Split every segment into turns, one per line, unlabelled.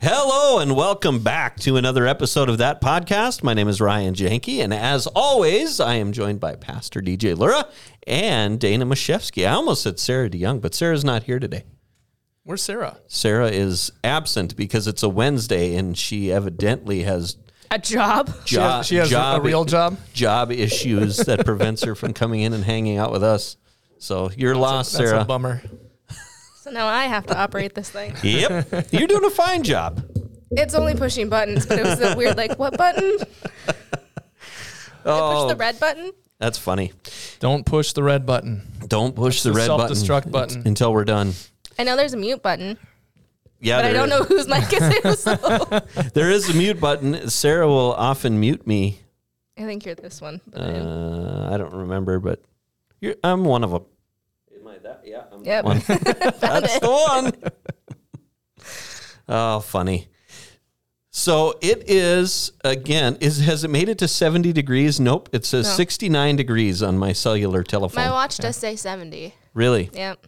Hello and welcome back to another episode of that podcast. My name is Ryan Janke, and as always, I am joined by Pastor DJ Lura and Dana Mashevsky. I almost said Sarah DeYoung, but Sarah's not here today.
Where's Sarah?
Sarah is absent because it's a Wednesday, and she evidently has
a job.
She
jo-
has- she has a- a real job?
job issues that prevents her from coming in and hanging out with us. So you're lost,
That's
Sarah.
a bummer.
So now I have to operate this thing.
Yep, you're doing a fine job.
It's only pushing buttons, but it was the weird like what button?
Oh.
Oh.
Push the red button.
That's funny.
Don't push the red button.
Don't push the
the
red button,
self-destruct button.
until we're done.
I know there's a mute button,
Yeah,
but I
there
don't
is-
know whose mic is it. So
There is a mute button. Sarah will often mute me.
I think you're this one. But I am.
Uh, I don't remember, but you're, I'm one of them. Am I that? Yeah, I'm
Yep.
one. That's the one. oh, funny. So it is again. Is has it made it to seventy degrees? Nope. It says
No.
sixty nine degrees on my cellular telephone.
My watch does say 70.
really?
Yep.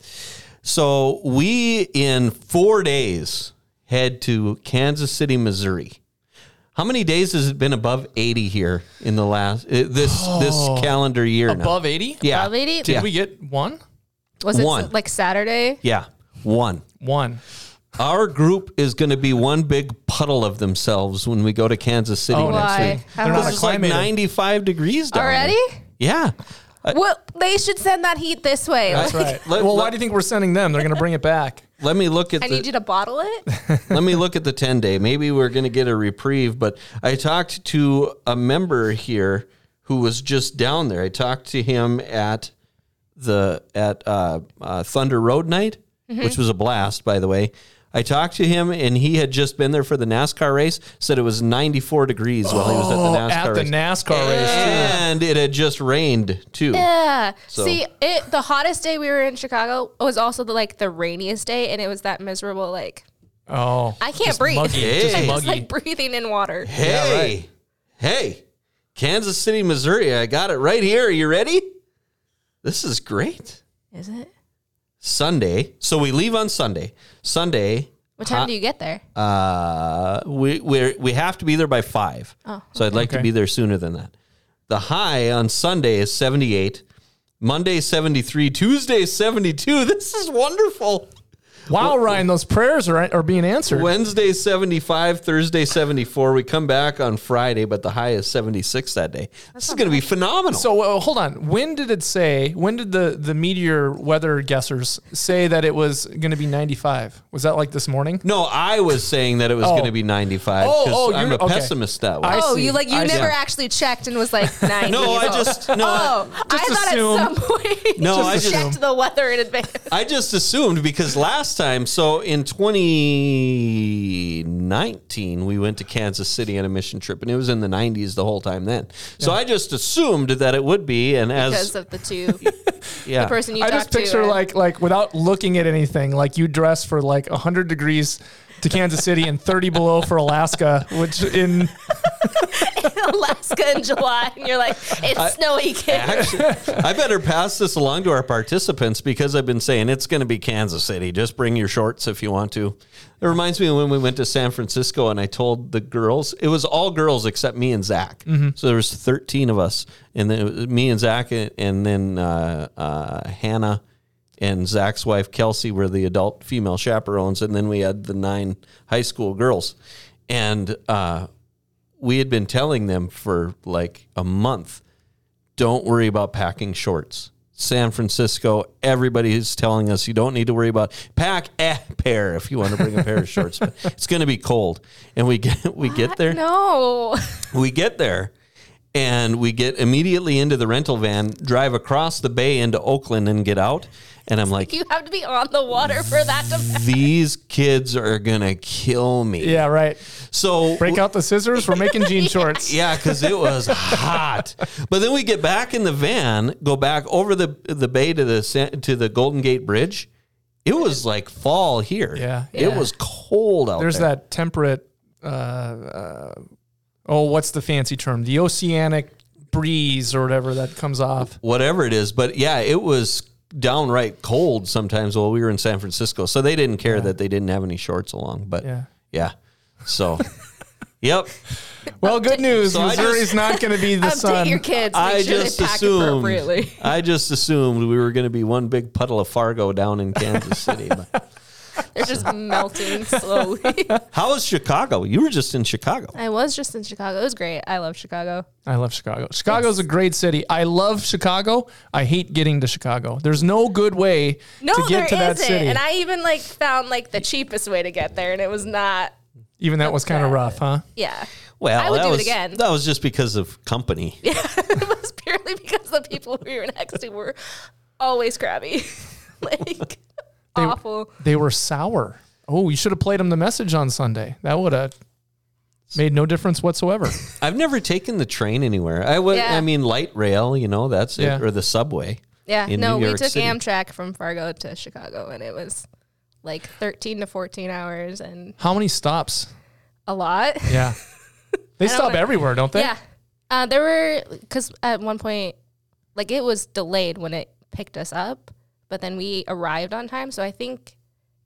So we in four days head to Kansas City, Missouri. How many days has it been above eighty here in the last uh, this this calendar year? now?
Above 80?
yeah,
Above 80?
Did
Yeah.
we get one?
Was it
One.
like Saturday?
yeah, one.
One.
Our group is going to be one big puddle of themselves when we go to Kansas City
Oh,
next
Why?
week.
How
They're
was
not
it
It's like
Acclimated.
ninety-five degrees down there.
already?
Yeah,
Well, they should send that heat this way.
That's
Like,
right.
Let-
well,
let-
why do you think we're sending them? They're going to bring it back.
let me look at
I
the.
need you to bottle it.
Let me look at the 10 day. Maybe we're going to get a reprieve. But I talked to a member here who was just down there. I talked to him at the at uh, uh, Thunder Road night, which was a blast, by the way. I talked to him, and he had just been there for the NASCAR race. Said it was 94 degrees while he was at
Oh,
the NASCAR
at the
race,
NASCAR race.
and it had just rained too.
Yeah.
So-
See, it the hottest day we were in Chicago was also the like the rainiest day, and it was that miserable like
Oh.
I can't
Just
breathe.
Muggy, Just
Hey.
It's
muggy.
like breathing in water.
Hey, hey, Kansas City, Missouri. I got it right here. Are you ready? This is great.
Is it?
Sunday. So we leave on Sunday. Sunday,
What time do you get there?
uh, we we we have to be there by five. So I'd like to
Okay.
be there sooner than that. The high on Sunday is seventy eight. Monday seventy three. Tuesday seventy two. This is wonderful.
Wow, Ryan, those prayers are, are being answered.
Wednesday 75, Thursday 74. We come back on Friday, but the high is 76 that day. this is going to be phenomenal.
So uh, hold on. When did it say? When did the the meteor weather guessers say that it was going to be 95? Was that like this morning?
no, I was saying that it was
Oh.
going to be 95
Oh,
'cause
oh,
I'm
you're-
a
okay.
pessimist that way.
I
oh,
see.
you like you
I see.
never actually checked and was like nine.
no, I just no. I-
Oh, I
Just
thought
assume.
at some point
No,
you
I just-
checked the weather in advance.
I just assumed because last time, so in 2019, we went to Kansas City on a mission trip, and it was in the 90s the whole time then. So I just assumed that it would be, and
Because
as
of the two,
yeah,
the person you
I just
talked
picture
to.
like like without looking at anything, like you dress for like 100 degrees to Kansas City and 30 below for Alaska, which in
in Alaska in July, and you're like, it's snowy, kid.
Actually, I better pass this along to our participants because I've been saying it's going to be Kansas City. Just bring your shorts if you want to. It reminds me of when we went to San Francisco and I told the girls it was all girls except me and Zach. So there was thirteen of us, and then it was me and Zach, and, and then uh, uh, Hannah and Zach's wife Kelsey were the adult female chaperones, and then we had the nine high school girls, and. Uh, we had been telling them for like a month don't worry about packing shorts. San Francisco, everybody is telling us you don't need to worry about pack a pair if you want to bring a pair of shorts. But it's going to be cold, and we get we get there,
No,
we get there, and we get immediately into the rental van, drive across the bay into Oakland, and get out. And I'm like,
you have to be on the water for that to.
these kids are gonna kill me.
yeah, right.
So
Break out the scissors. We're making jean shorts.
Yeah, because it was hot. But then we get back in the van, go back over the the bay to the San- to the Golden Gate Bridge. It was like fall here.
Yeah.
it was cold out
There's
there.
that temperate. Uh, uh, oh, what's the fancy term? The oceanic breeze or whatever that comes off.
Whatever it is, but yeah, it was downright cold sometimes while we were in San Francisco. So they didn't care that they didn't have any shorts along. But yeah,
Yeah.
So, yep.
Well, good news.
So I just-
Missouri's not going to be the
Update
sun.
your kids. Make
I
sure
just
they pack
assumed.
appropriately.
I just assumed we were going to be one big puddle of Fargo down in Kansas City. But
They're just melting slowly.
how was Chicago? You were just in Chicago.
I was just in Chicago. It was great. I love Chicago.
I love Chicago. Chicago's a great city. I love Chicago. I hate getting to Chicago. There's no good way
No,
to
there
get to that
isn't.
city.
And I even like found like the cheapest way to get there, and it was not.
Even that was kind of
bad.
rough, huh?
Yeah,
Well,
I would
that
do it
was,
again.
That was just because of company.
it was purely because the people we were next to were always crabby, like awful.
They were sour. Oh, you should have played them the message on Sunday. That would have made no difference whatsoever.
I've never taken the train anywhere. I would.
Yeah.
I mean, light rail. You know, that's
Yeah.
it, or the subway.
Yeah,
In
no,
New
we
York
took
City.
Amtrak from Fargo to Chicago, and it was like 13 to 14 hours and
How many stops?
a lot.
Yeah. They stop
wanna-
everywhere, don't they?
Yeah, uh, there were because at one point, like it was delayed when it picked us up, but then we arrived on time. So I think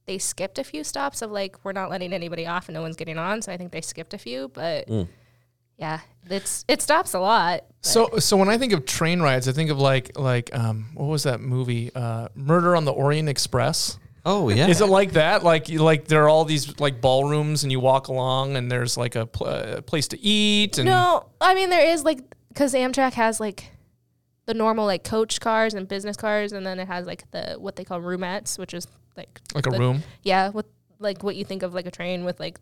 they skipped a few stops of like we're not letting anybody off and no one's getting on. So I think they skipped a few, but yeah, it's it stops a lot.
So, so when I think of train rides, I think of like, like, um, what was that movie? Uh, Murder on the Orient Express.
Oh yeah.
Is it like that? Like, you- like there are all these like ballrooms, and you walk along, and there's like a pl- uh, place to eat, and
No, I mean there is like because Amtrak has like the normal like coach cars and business cars, and then it has like the what they call roomettes, which is like
like a
the-
room.
Yeah, with like what you think of like a train with like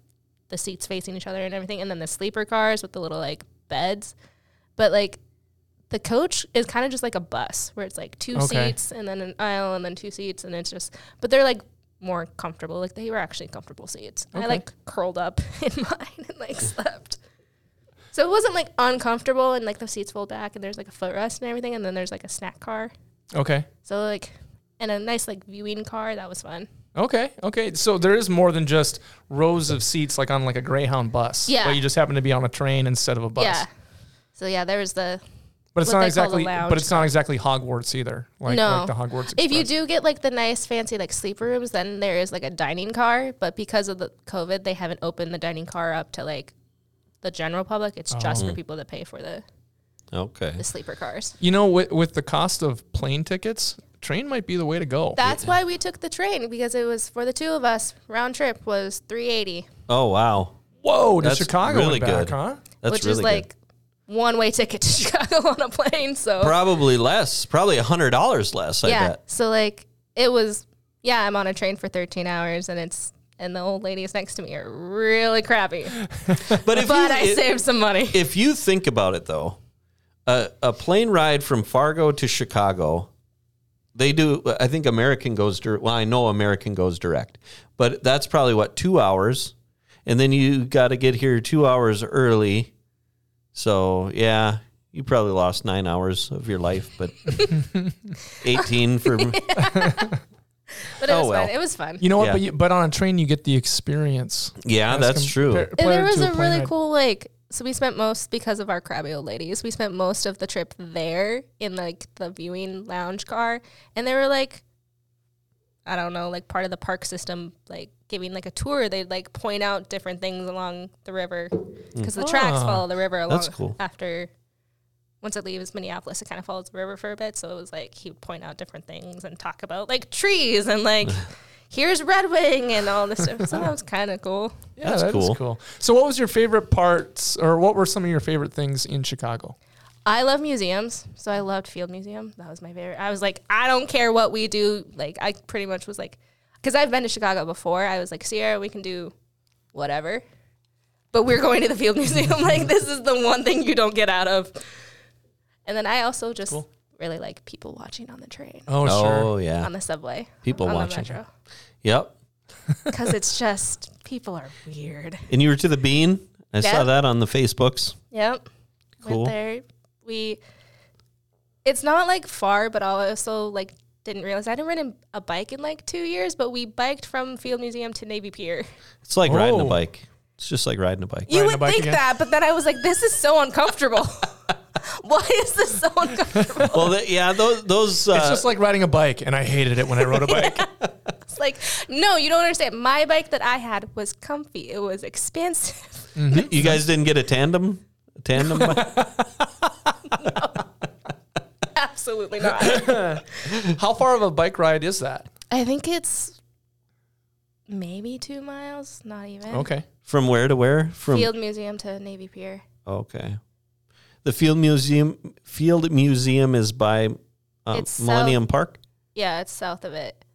the seats facing each other and everything, and then the sleeper cars with the little like beds. But like the coach is kind of just like a bus where it's like two
Okay.
seats and then an aisle and then two seats, and it's just but they're like more comfortable. Like they were actually comfortable seats. I like curled up in mine and like slept. So it wasn't like uncomfortable and like the seats fold back and there's like a footrest and everything and then there's like a snack car.
Okay.
So like and a nice like viewing car, that was fun.
Okay. Okay. So there is more than just rows of seats, like on like a Greyhound bus.
Yeah.
But you just happen to be on a train instead of a bus.
Yeah. So yeah, there was the
But it's not
What they call the
exactly.
lounge.
But it's not exactly Hogwarts either. Like,
No.
like the Hogwarts.
If you
Express.
do get like the nice fancy like sleeper rooms, then there is like a dining car. But because of the COVID, they haven't opened the dining car up to like the general public. It's just
Oh.
for people that pay for the,
okay.
the sleeper cars.
you know, with, with the cost of plane tickets, train might be the way to go.
That's why we took the train because it was for the two of us. Round trip was three eighty,
Oh wow.
Whoa, to
That's
Chicago
really
and back,
good.
huh?
That's
which
really
is
good.
like one way ticket to Chicago on a plane. So
probably less. Probably a hundred dollars less. I
yeah,
bet.
so like it was. Yeah, I'm on a train for thirteen hours, and it's and the old ladies next to me are really crappy,
But if
but
you,
I
it-
saved some money.
if you think about it though, a, a plane ride from Fargo to Chicago, they do. I think American goes direct. Well, I know American goes direct, but that's probably what two hours, and then you got to get here two hours early. So yeah, you probably lost nine hours of your life, but eighteen for
But it
Oh,
was
well.
fun. It was fun.
You know what?
Yeah.
But you, but on a train, you get the experience.
yeah,
As
that's
compa-
true.
And there
compared
was
to
a
plane
really
ride.
cool like. So we spent most because of our crabby old ladies. We spent most of the trip there in like the viewing lounge car, and they were like, I don't know, like part of the park system, like giving like a tour. They'd like point out different things along the river because the tracks
Ah,
follow the river along
that's cool.
after. Once it leaves Minneapolis, it kind of follows the river for a bit. So it was like he would point out different things and talk about like trees and like here's Red Wing and all this stuff. So that was kind of cool.
Yeah,
That's
that is
cool.
So, what was your favorite parts, or what were some of your favorite things in Chicago?
I love museums, so I loved Field Museum. That was my favorite. I was like, I don't care what we do. Like, I pretty much was like, because I've been to Chicago before. I was like, Sierra, we can do whatever, but we're going to the Field Museum. like, this is the one thing you don't get out of. And then I also just really like people watching on the train,
Oh, sure.
Oh yeah,
on the subway,
People
on
watching.
the metro,
yep.
because it's just people are weird.
And you were to the bean. I saw
Yeah.
that on the Facebooks.
Yep.
Cool.
Went there. We. It's not like far, but I also like didn't realize I hadn't ridden a bike in like two years. But we biked from Field Museum to Navy Pier.
It's like riding a
Oh.
bike. It's just like riding a bike.
You
Riding a
would
bike
think
again?
that, but then I was like, "This is so uncomfortable. Why is this so uncomfortable?"
Well, th yeah, those those uh,
It's just like riding a bike, and I hated it when I rode a bike.
It's like, no, you don't understand. My bike that I had was comfy. It was expensive.
mm-hmm. You guys didn't get a tandem? A tandem? bike?
Absolutely not.
How far of a bike ride is that?
I think it's maybe two miles, not even.
Okay.
From where to where? From
Field Museum to Navy Pier.
Okay. The Field Museum Field Museum is by uh,
It's south-
Millennium Park.
Yeah, it's south of it.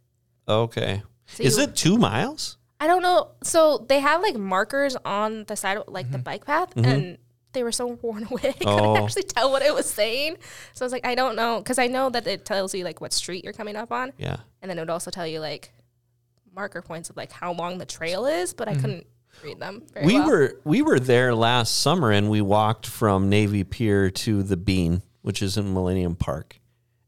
Okay.
So
is
you-
it 2 miles?
I don't know. So they have like markers on the side of like
Mm-hmm.
the bike path and they were so worn away. I couldn't
Oh.
actually tell what it was saying. So I was like, I don't know. Cause I know that it tells you like what street you're coming up on.
Yeah.
And then it would also tell you like marker points of like how long the trail is, but I
Mm-hmm.
couldn't read them. Very
we
well.
were we were there last summer and we walked from Navy Pier to the Bean, which is in Millennium Park.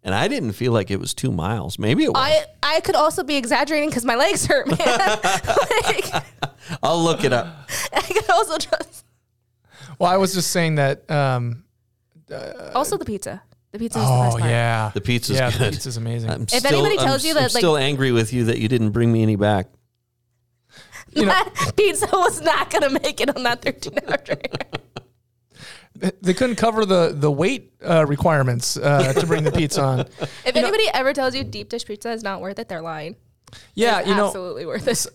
And I didn't feel like it was 2 miles. Maybe it was.
I, I could also be exaggerating because my legs hurt, man. like,
I'll look it up.
I could also just.
Well, I was just saying that. Um,
Also, the pizza. The pizza is the best
oh
part.
yeah,
The pizza's
yeah, the
good.
pizza's amazing.
I'm
If anybody tells
I'm,
you
I'm
that, like-
still angry with you that you didn't bring me any back.
you know,
pizza was not going to make it on that 13 hour train.
they couldn't cover the the weight uh, requirements uh, to bring the pizza on.
If anybody ever tells you deep dish pizza is not worth it, they're lying.
Yeah,
it's
you know,
absolutely worth it.
s-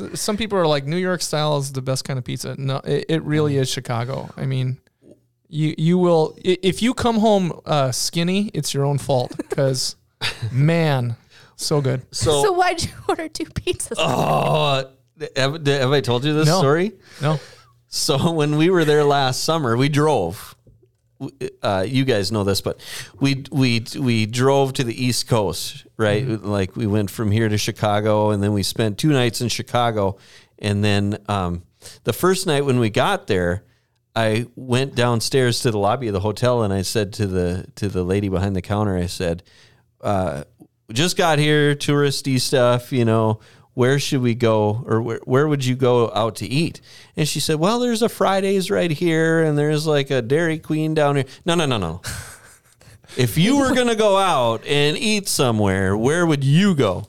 s- some people are like New York style is the best kind of pizza. No, it, it really is Chicago. I mean, you you will i- if you come home uh, skinny, it's your own fault because man, so good.
So,
So why'd you order two pizzas?
oh, have, have I told you this
No.
story?
No,
So when we were there last summer, we drove. Uh, you guys know this, but we we we drove to the East Coast, right? Like we went from here to Chicago, and then we spent two nights in Chicago, and then um, the first night when we got there, I went downstairs to the lobby of the hotel, and I said to the to the lady behind the counter, I said, uh, "We "Just got here, touristy stuff, you know." where should we go or where, where would you go out to eat? And she said, well, there's a Fridays right here and there's like a Dairy Queen down here. No, no, no, no. if you were going to go out and eat somewhere, where would you go?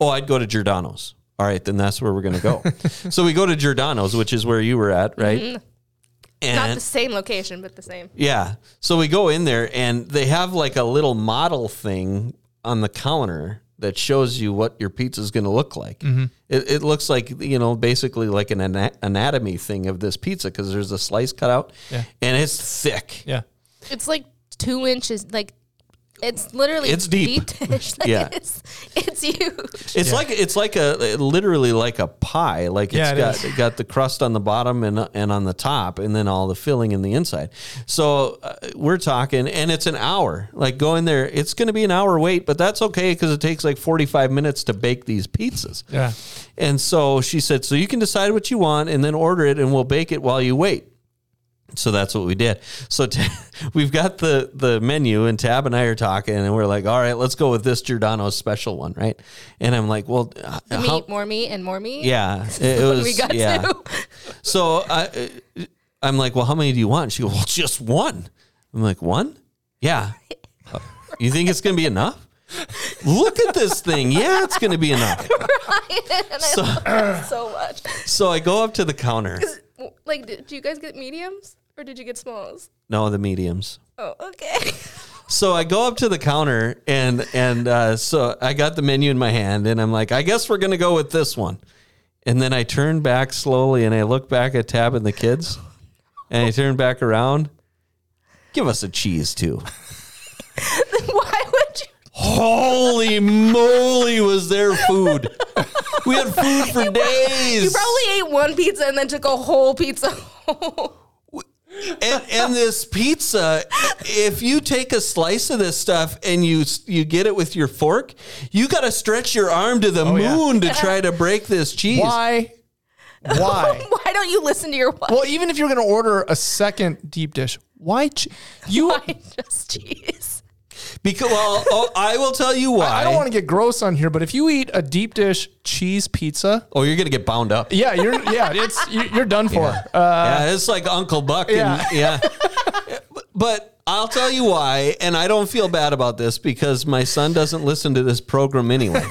Oh, I'd go to Giordano's. All right, then that's where we're going to go. so we go to Giordano's, which is where you were at, right? And
Mm-hmm. not the same location, but the same.
yeah. So we go in there and they have like a little model thing on the counter that shows you what your pizza is going to look like. It, it looks like, you know, basically like an ana- anatomy thing of this pizza because there's a slice cut out
Yeah.
and it's thick.
yeah,
It's like two inches, like it's literally
It's deep.
dish. Like,
Yeah.
it's, it's huge.
It's like it's like a literally like a pie. Like it's
Yeah, it
got
is.
it got the crust on the bottom and and on the top, and then all the filling in the inside. So uh, we're talking, and it's an hour. Like going there, it's going to be an hour wait, but that's okay because it takes like forty five minutes to bake these pizzas.
yeah.
And so she said, so you can decide what you want and then order it, and we'll bake it while you wait. So that's what we did. So t- we've got the the menu, and Tab and I are talking, and we're like, "All right, let's go with this Giordano's special one, right?" And I'm like, "Well, uh, how-
meat, more meat, and more meat.
yeah, it, it
When
was
we got
yeah."
to.
So I, uh, I'm like, "Well, how many do you want?" She goes, "Well, just one." I'm like, "One? Yeah." "Uh, You think it's gonna be enough? Look at this thing. Yeah, it's gonna be enough.
and I
So-
love that so much.
So I go up to the counter.
Like, did, do you guys get mediums or did you get smalls?
No, the mediums.
Oh, okay.
So I go up to the counter and and uh, so I got the menu in my hand and I'm like, I guess we're gonna go with this one. And then I turn back slowly and I look back at Tab and the kids, and I turn back around. Give us a cheese too.
Why would you?
Holy moly, was there food? We had food for
You
days.
probably ate one pizza and then took a whole pizza home.
and, and this pizza, if you take a slice of this stuff and you you get it with your fork, you got to stretch your arm to the
Oh, yeah.
moon to try to break this cheese.
Why? Why?
Why don't you listen to your wife?
well, even if you're gonna order a second deep dish, why? Ch- you?
Why just cheese?
Because well, oh, I will tell you why.
I don't want to get gross on here, but if you eat a deep dish cheese pizza,
oh, you're gonna get bound up. Yeah,
yeah, you're yeah, it's you- you're done for. Uh,
it's like Uncle Buck.
Yeah.
And, yeah. but I'll tell you why, and I don't feel bad about this because my son doesn't listen to this program anyway.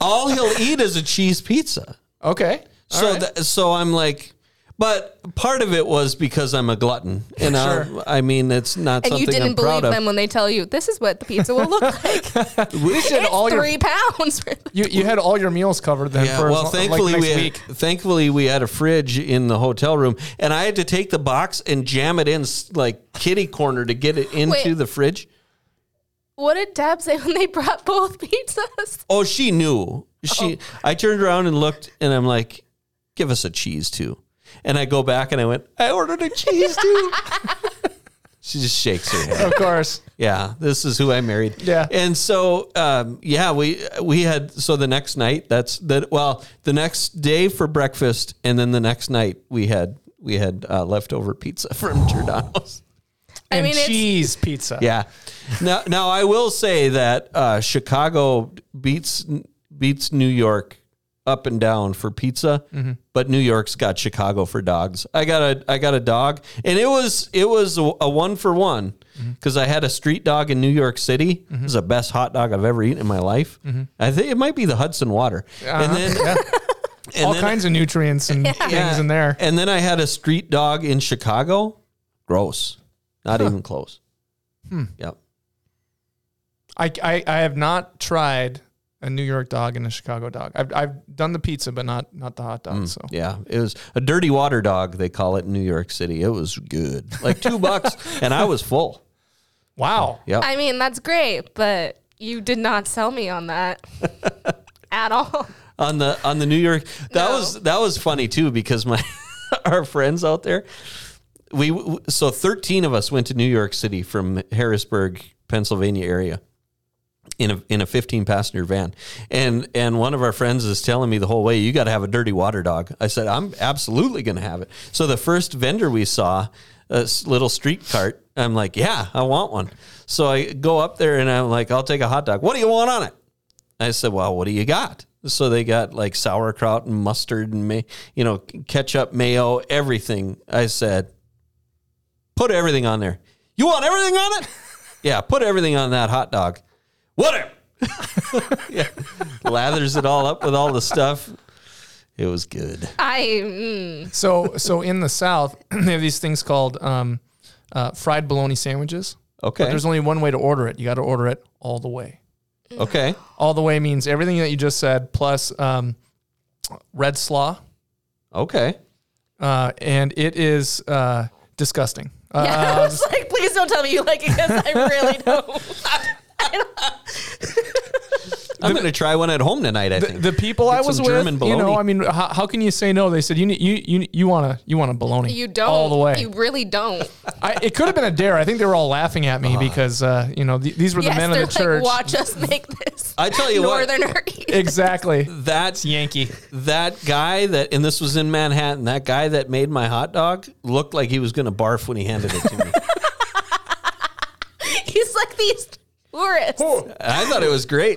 all he'll eat is a cheese pizza.
Okay. All
So
right.
tha- so I'm like, but part of it was because I'm a glutton, and I-
Sure.
I, mean it's not
And
something
you didn't
I'm proud
believe
of.
them when they tell you this is what the pizza will look like.
you said
it's
all your
three pounds. worth.
you, you had all your meals covered then
Yeah,
for
well,
as long,
thankfully
like next
we had,
week.
thankfully we had a fridge in the hotel room, and I had to take the box and jam it in s- like kitty corner to get it into
Wait.
the fridge.
what did Deb say when they brought both pizzas?
Oh, she knew. She.
Oh.
I turned around and looked, and I'm like, "Give us a cheese too." And I go back and I went, "I ordered a cheese too." she just shakes her head.
Of course.
Yeah, this is who I married.
Yeah.
and so um, yeah, we we had so the next night. That's that. Well, the next day for breakfast, and then the next night we had we had uh, leftover pizza from Giordano's.
I
and
mean, it's-
cheese pizza.
Yeah. Now, now I will say that uh, Chicago beats beats New York up and down for pizza,
Mm-hmm.
but New York's got Chicago for dogs. I got a I got a dog, and it was it was a, a one for one
Mm-hmm.
because I had a street dog in New York City. It was the best hot dog I've ever eaten in my life.
Mm-hmm.
I think it might be the Hudson Water, and then. and
all
then-
kinds of nutrients and things
yeah.
in there.
And then I had a street dog in Chicago. Gross. Not even close.
Hmm.
Yep.
I, I, I have not tried a New York dog and a Chicago dog. I've, I've done the pizza, but not not the hot
Mm.
dog. So
Yeah, it was a dirty water dog. They call it in New York City. It was good, like two bucks, and I was full.
wow,
Yep.
I mean, that's great, but you did not sell me on that at all.
on the on the New York. That
No.
was that was funny too because my our friends out there. We w- so thirteen of us went to New York City from Harrisburg, Pennsylvania area. In a, in a 15 passenger van and and one of our friends is telling me the whole way you got to have a dirty water dog i said i'm absolutely going to have it so the first vendor we saw a s- little street cart i'm like yeah i want one so i go up there and i'm like i'll take a hot dog what do you want on it I said, "Well, what do you got?" So they got like sauerkraut and mustard and may, you know, ketchup, mayo, everything. I said, "Put everything on there." You want everything on it? yeah, put everything on that hot dog. Whatever. yeah, lathers it all up with all the stuff. It was good.
I mm,
So so in the South, they have these things called um, uh, fried bologna sandwiches. But
Okay.
there's only one way to order it. You got to order it all the way.
Okay.
All the way means everything that you just said plus um, red slaw,
Okay.
uh, and it is uh, disgusting. Uh,
yeah, I was like, please don't tell me you like it because I really don't.
I'm going to try one at home tonight, I
the,
think.
the people I
Get
was
some
with,
German
you know,
bologna.
I mean, how, how can you say no? They said you need you you you want to you want a bologna.
You don't.
all the way.
You really don't.
I, it could have been a dare. I think they were all laughing at
Ah.
me because uh, you know th- these were the
yes,
men of
they're
the church.
like, watch us make this.
I tell you what.
Northern Turkey.
exactly.
That's
Yankee.
that guy that and this was in Manhattan, that guy that made my hot dog looked like he was gonna barf when he handed it to me.
He's like these tourists. Oh,
I thought it was great.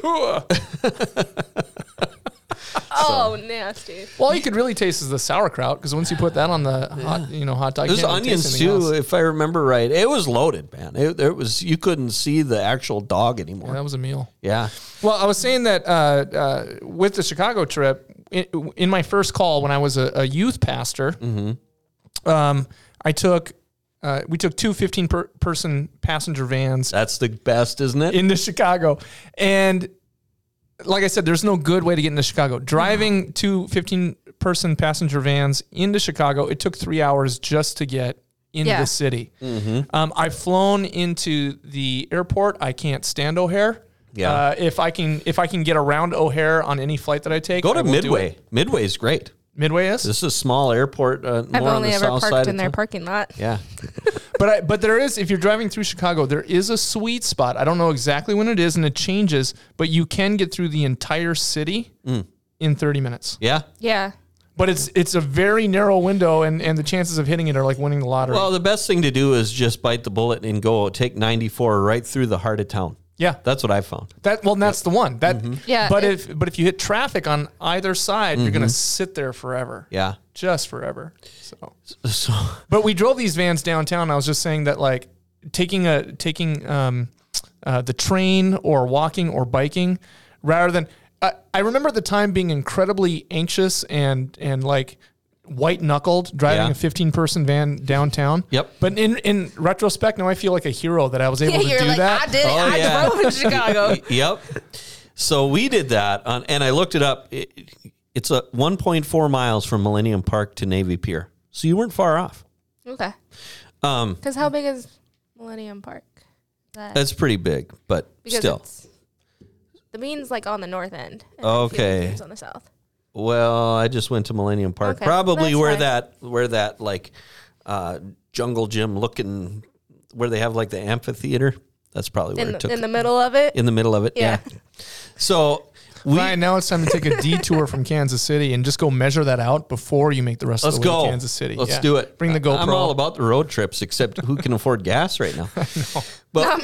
Oh, nasty.
Well, all you could really taste is the sauerkraut because once you put that on the hot, you know hot dog, you
There's
can't really taste
onions
anything
too,
else.
if I remember right. It was loaded, man. It, it was you couldn't see the actual dog
Yeah,
anymore.
that was a meal.
Yeah.
Well, I was saying that uh, uh, with the Chicago trip, in, in my first call when I was a, a youth pastor,
Mm-hmm.
um, I took uh, we took two 15 per- person passenger vans
That's the best, isn't it?
into Chicago. And like I said, there's no good way to get into Chicago. Driving two 15 person passenger vans into Chicago, it took three hours just to get into
Yeah.
the city.
Mm-hmm.
Um, I've flown into the airport. I can't stand O'Hare.
Yeah.
Uh, if I can, if I can get around O'Hare on any flight that I take,
Go
I
to
will do it.
Midway. Midway's great.
Midway is,
This is a small airport. Uh,
I've
more on
only
the
ever
south
parked
side
in
of
their
town.
parking lot.
Yeah.
but I, but there is if you're driving through Chicago, there is a sweet spot. I don't know exactly when it is and it changes, but you can get through the entire city in 30 minutes.
Yeah.
Yeah.
But it's it's a very narrow window, and and the chances of hitting it are like winning the lottery.
Well, the best thing to do is just bite the bullet and go take 94 right through the heart of town.
yeah,
That's what I found.
that well, that's the one. That
Yeah,
But
it-
if but if you hit traffic on either side, you're gonna sit there forever.
Yeah.
just forever. So,
So
but we drove these vans downtown. I was just saying that like taking a taking um, uh, the train or walking or biking rather than. I, I remember at the time being incredibly anxious and and like white knuckled driving
Yeah.
a 15 person van downtown.
Yep.
But in in retrospect, now I feel like a hero that I was able
Yeah,
to
you're
do
like,
that.
I did it.
Oh,
I
yeah.
drove in Chicago.
yep. So we did that, on, and I looked it up. It, it's a 1.4 miles from Millennium Park to Navy Pier. So you weren't far off.
okay.
Um,
Because how big is Millennium Park? That,
that's pretty big, but
because
still.
it's the bean's like on the north end. and the
Okay.
Field Museum's on the south.
Well, I just went to Millennium Park,
Okay,
probably
that's
where
fine.
that where that like uh, jungle gym looking where they have like the amphitheater. That's probably where
In
it took
the, in the middle of it.
in the middle of it. Yeah.
Yeah.
So we
Ryan, now it's time to take a detour from Kansas City and just go measure that out before you make the rest
let's
of the way
go
to Kansas City.
Let's
Yeah.
do it.
Bring the GoPro.
I'm all about the road trips, except who can afford gas right now.
Not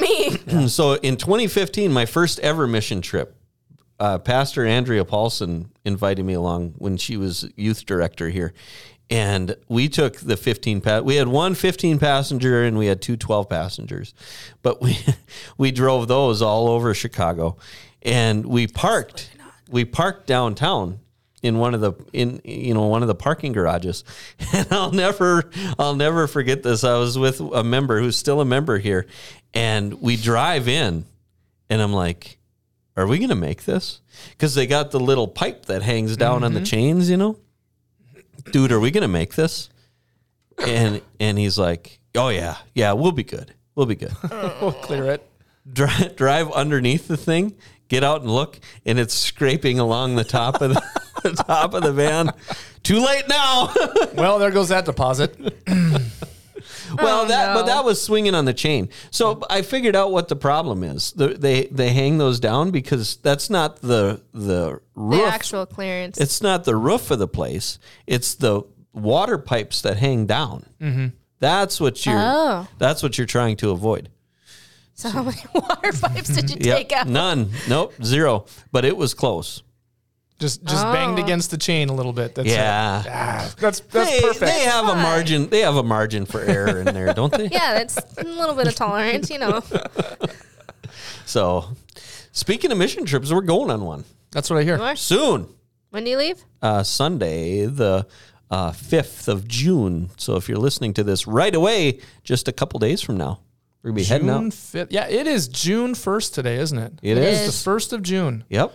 me.
so in 2015, my first ever mission trip, uh, Pastor Andrea Paulson invited me along when she was youth director here. And we took the 15 pa- we had one 15 passenger and we had two 12 passengers. But we we drove those all over Chicago and we parked we parked downtown in one of the in you know one of the parking garages and i'll never i'll never forget this i was with a member who's still a member here and we drive in and i'm like are we gonna make this because they got the little pipe that hangs down on the
Mm-hmm.
chains you know dude are we gonna make this and and he's like oh yeah yeah we'll be good we'll be good
We'll clear it.
drive, drive underneath the thing, get out and look, and it's scraping along the top of the, the top of the van. Too late now.
Well, there goes that deposit.
well, that but
Oh, no.
that was swinging on the chain. So I figured out what the problem is. The, they they hang those down because that's not the the
the
roof.
actual clearance.
it's not the roof of the place. It's the water pipes that hang down.
Mm-hmm.
That's what you're.
Oh.
That's what you're trying to avoid.
so how many water pipes did you
Yep.
take out?
None. Nope. Zero. But it was close.
Just just banged against the chain a little bit. That's it.
Yeah.
Ah, that's that's
they,
perfect.
They have a
fine.
margin. They have a margin for error in there, don't they?
Yeah, that's a little bit of tolerance, you know.
So, speaking of mission trips, we're going on one
that's what I hear.
More.
soon.
When do you leave?
Uh, Sunday, the uh, fifth of June. So, if you're listening to this right away, just a couple days from now, we're gonna be heading
June
out.
fifth. Yeah, it is June first today, isn't it?
It
It's
is.
the first of June.
Yep.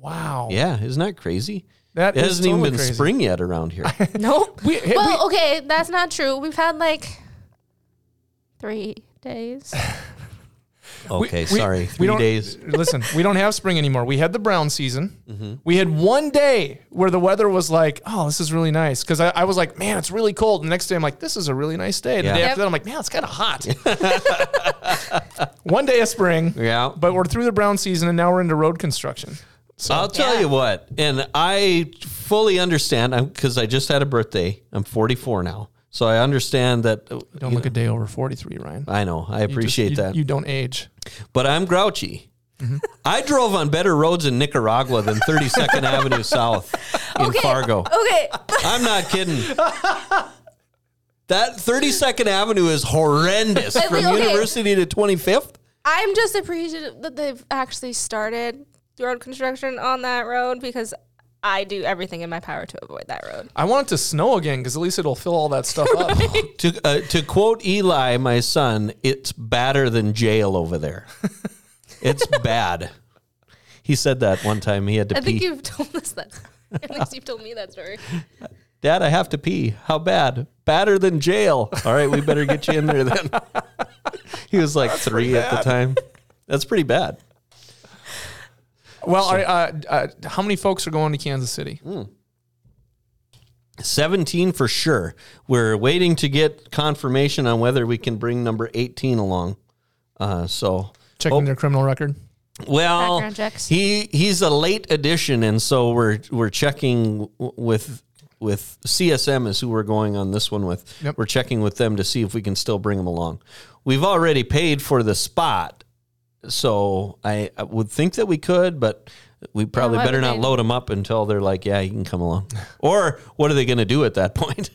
Wow.
Yeah. Isn't that crazy?
That
it
is
hasn't even
totally
been
crazy.
spring yet around here.
No.
We, hey,
Well, okay, that's not true. We've had like three days.
we-
Okay.
we-
sorry.
we
Three
don't-
days. Mm-hmm.
Listen, we don't have spring anymore. We had the brown season. We had one day where the weather was like, oh, this is really nice. Because I, I was like, man, it's really cold. And the next day, I'm like, this is a really nice day. And
Yeah.
the day
Yep.
after that, I'm like, man, it's kind of hot. one day of spring.
Yeah.
But we're through the brown season and now we're into road construction.
I'll tell
Yeah.
you what, and I fully understand because I just had a birthday. I'm 44 now, so I understand that.
Don't look a day over 43, Ryan.
I know, I
You just-
appreciate
you-
that,
You Mm-hmm. don't age.
but I'm grouchy. I drove on better roads in Nicaragua than 32nd Avenue South in Fargo.
Okay.
I'm not kidding. That 32nd Avenue is horrendous
But
from
we- okay.
University to 25th.
I'm just appreciative that they've actually started road construction on that road because I do everything in my power to avoid that road.
I want it to snow again because at least it'll fill all that stuff up.
To uh, to quote Eli, my son, it's badder than jail over there. It's bad. He said that one time. He had to
I think
pee.
you've told us that. At least you've told me that story.
Dad, I have to pee. How bad? Badder than jail. All right, we better get you in there then. he was like three at the time. That's pretty bad.
Well, I, uh, uh, how many folks are going to Kansas City?
Hmm. 17 for sure. We're waiting to get confirmation on whether we can bring number 18 along. Uh, so
Checking their criminal record.
Well,
Background checks.
he he's a late addition, and so we're we're checking w- with with CSM is who we're going on this one with.
Yep.
We're checking with them to see if we can still bring him along. We've already paid for the spot, so I, I would think that we could, but we probably
why
better
would
not
they?
load him up until they're like, "Yeah, you can come along." or what are they going to do at that point?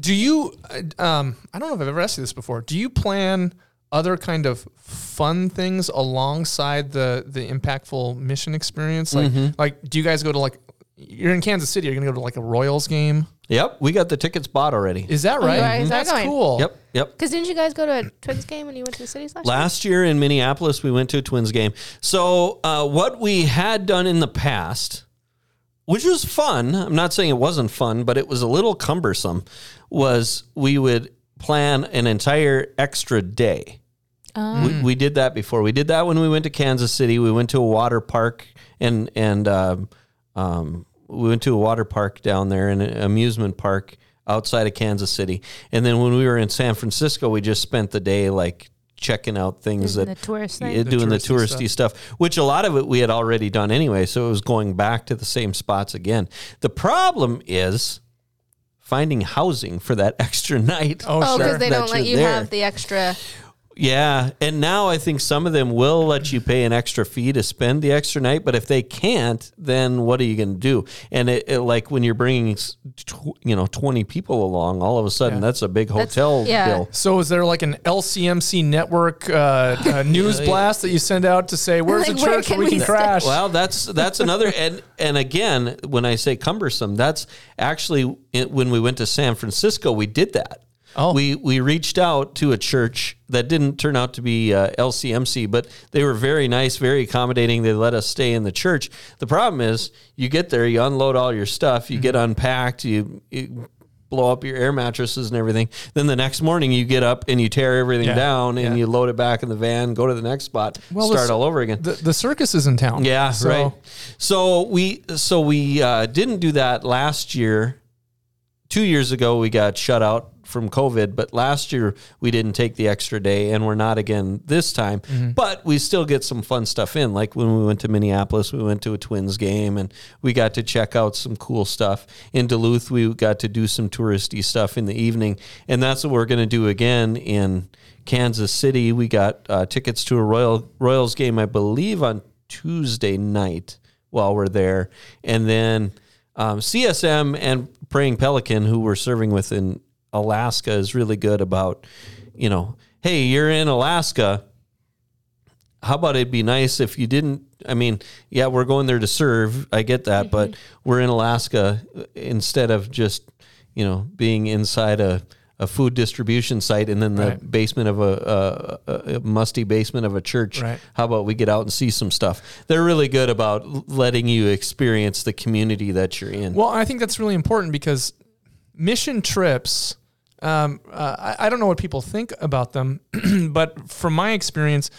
Do you? uh, Um, I don't know if I've ever asked you this before. Do you plan other kind of fun things alongside the the impactful mission experience? Like
Mm-hmm.
like do you guys go to like you're in Kansas City, you're gonna go to like a Royals game?
Yep, we got the tickets bought already.
Is that right?
Oh, guys are
That's
going.
cool.
yep, yep.
Because didn't you guys go to a Twins game when you went to the cities last year?
Last year in Minneapolis, we went to a Twins game. So, uh, what we had done in the past, which was fun, I'm not saying it wasn't fun, but it was a little cumbersome, was we would plan an entire extra day.
Mm.
We, we did that before. We did that when we went to Kansas City. We went to a water park and and um, um, we went to a water park down there and an amusement park outside of Kansas City. And then when we were in San Francisco, we just spent the day like checking out things
Doing
that
the tourist thing?
yeah,
The
doing the
touristy
touristy stuff. which a lot of it we had already done anyway. So it was going back to the same spots again. The problem is finding housing for that extra night.
Oh,
Oh,
sure.
because they
That
don't let
you're
you
there.
have the extra.
Yeah, and now I think some of them will let you pay an extra fee to spend the extra night, but if they can't, then what are you going to do? And it, it- like when you're bringing s- tw- you know 20 people along, all of a sudden
Yeah.
that's a big
That's-
hotel
yeah.
bill.
So is there like an LCMC network uh, uh, news blast that you send out to say where's the
Like, where
church where
can
we can
we stay?
crash?
Well, that's that's another and and again, when I say cumbersome, that's actually it, when we went to San Francisco, we did that.
Oh.
We we reached out to a church that didn't turn out to be uh, LCMC, but they were very nice, very accommodating. They let us stay in the church. The problem is, you get there, you unload all your stuff, you get
Mm-hmm.
unpacked, you. you blow up your air mattresses and everything then the next morning you get up and you tear everything
Yeah.
down and
Yeah.
you load it back in the van go to the next spot
Well,
start
this-
all over again
the, the circus is in town.
yeah,
So-
right. So we so we uh, didn't do that last year. Two years ago, we got shut out from COVID, but last year we didn't take the extra day, and we're not again this time. But we still get some fun stuff in, like when we went to Minneapolis, we went to a Twins game, and we got to check out some cool stuff. In Duluth, we got to do some touristy stuff in the evening, and that's what we're going to do again in Kansas City. We got uh, tickets to a Royal Royals game, I believe, on Tuesday night while we're there, and then um, CSM and Praying Pelican, who we're serving with in Alaska, is really good about, you know, hey, you're in Alaska. How about it'd be nice if you didn't? I mean, yeah, we're going there to serve. I get that, but we're in Alaska uh, instead of just, you know, being inside a, a food distribution site and then the
Right.
basement of a, a, a- a musty basement of a church
Right.
how about we get out and see some stuff? They're really good about l- letting you experience the community that you're in.
Well, I think that's really important because mission trips. Um, uh, I, I don't know what people think about them, but from my experience,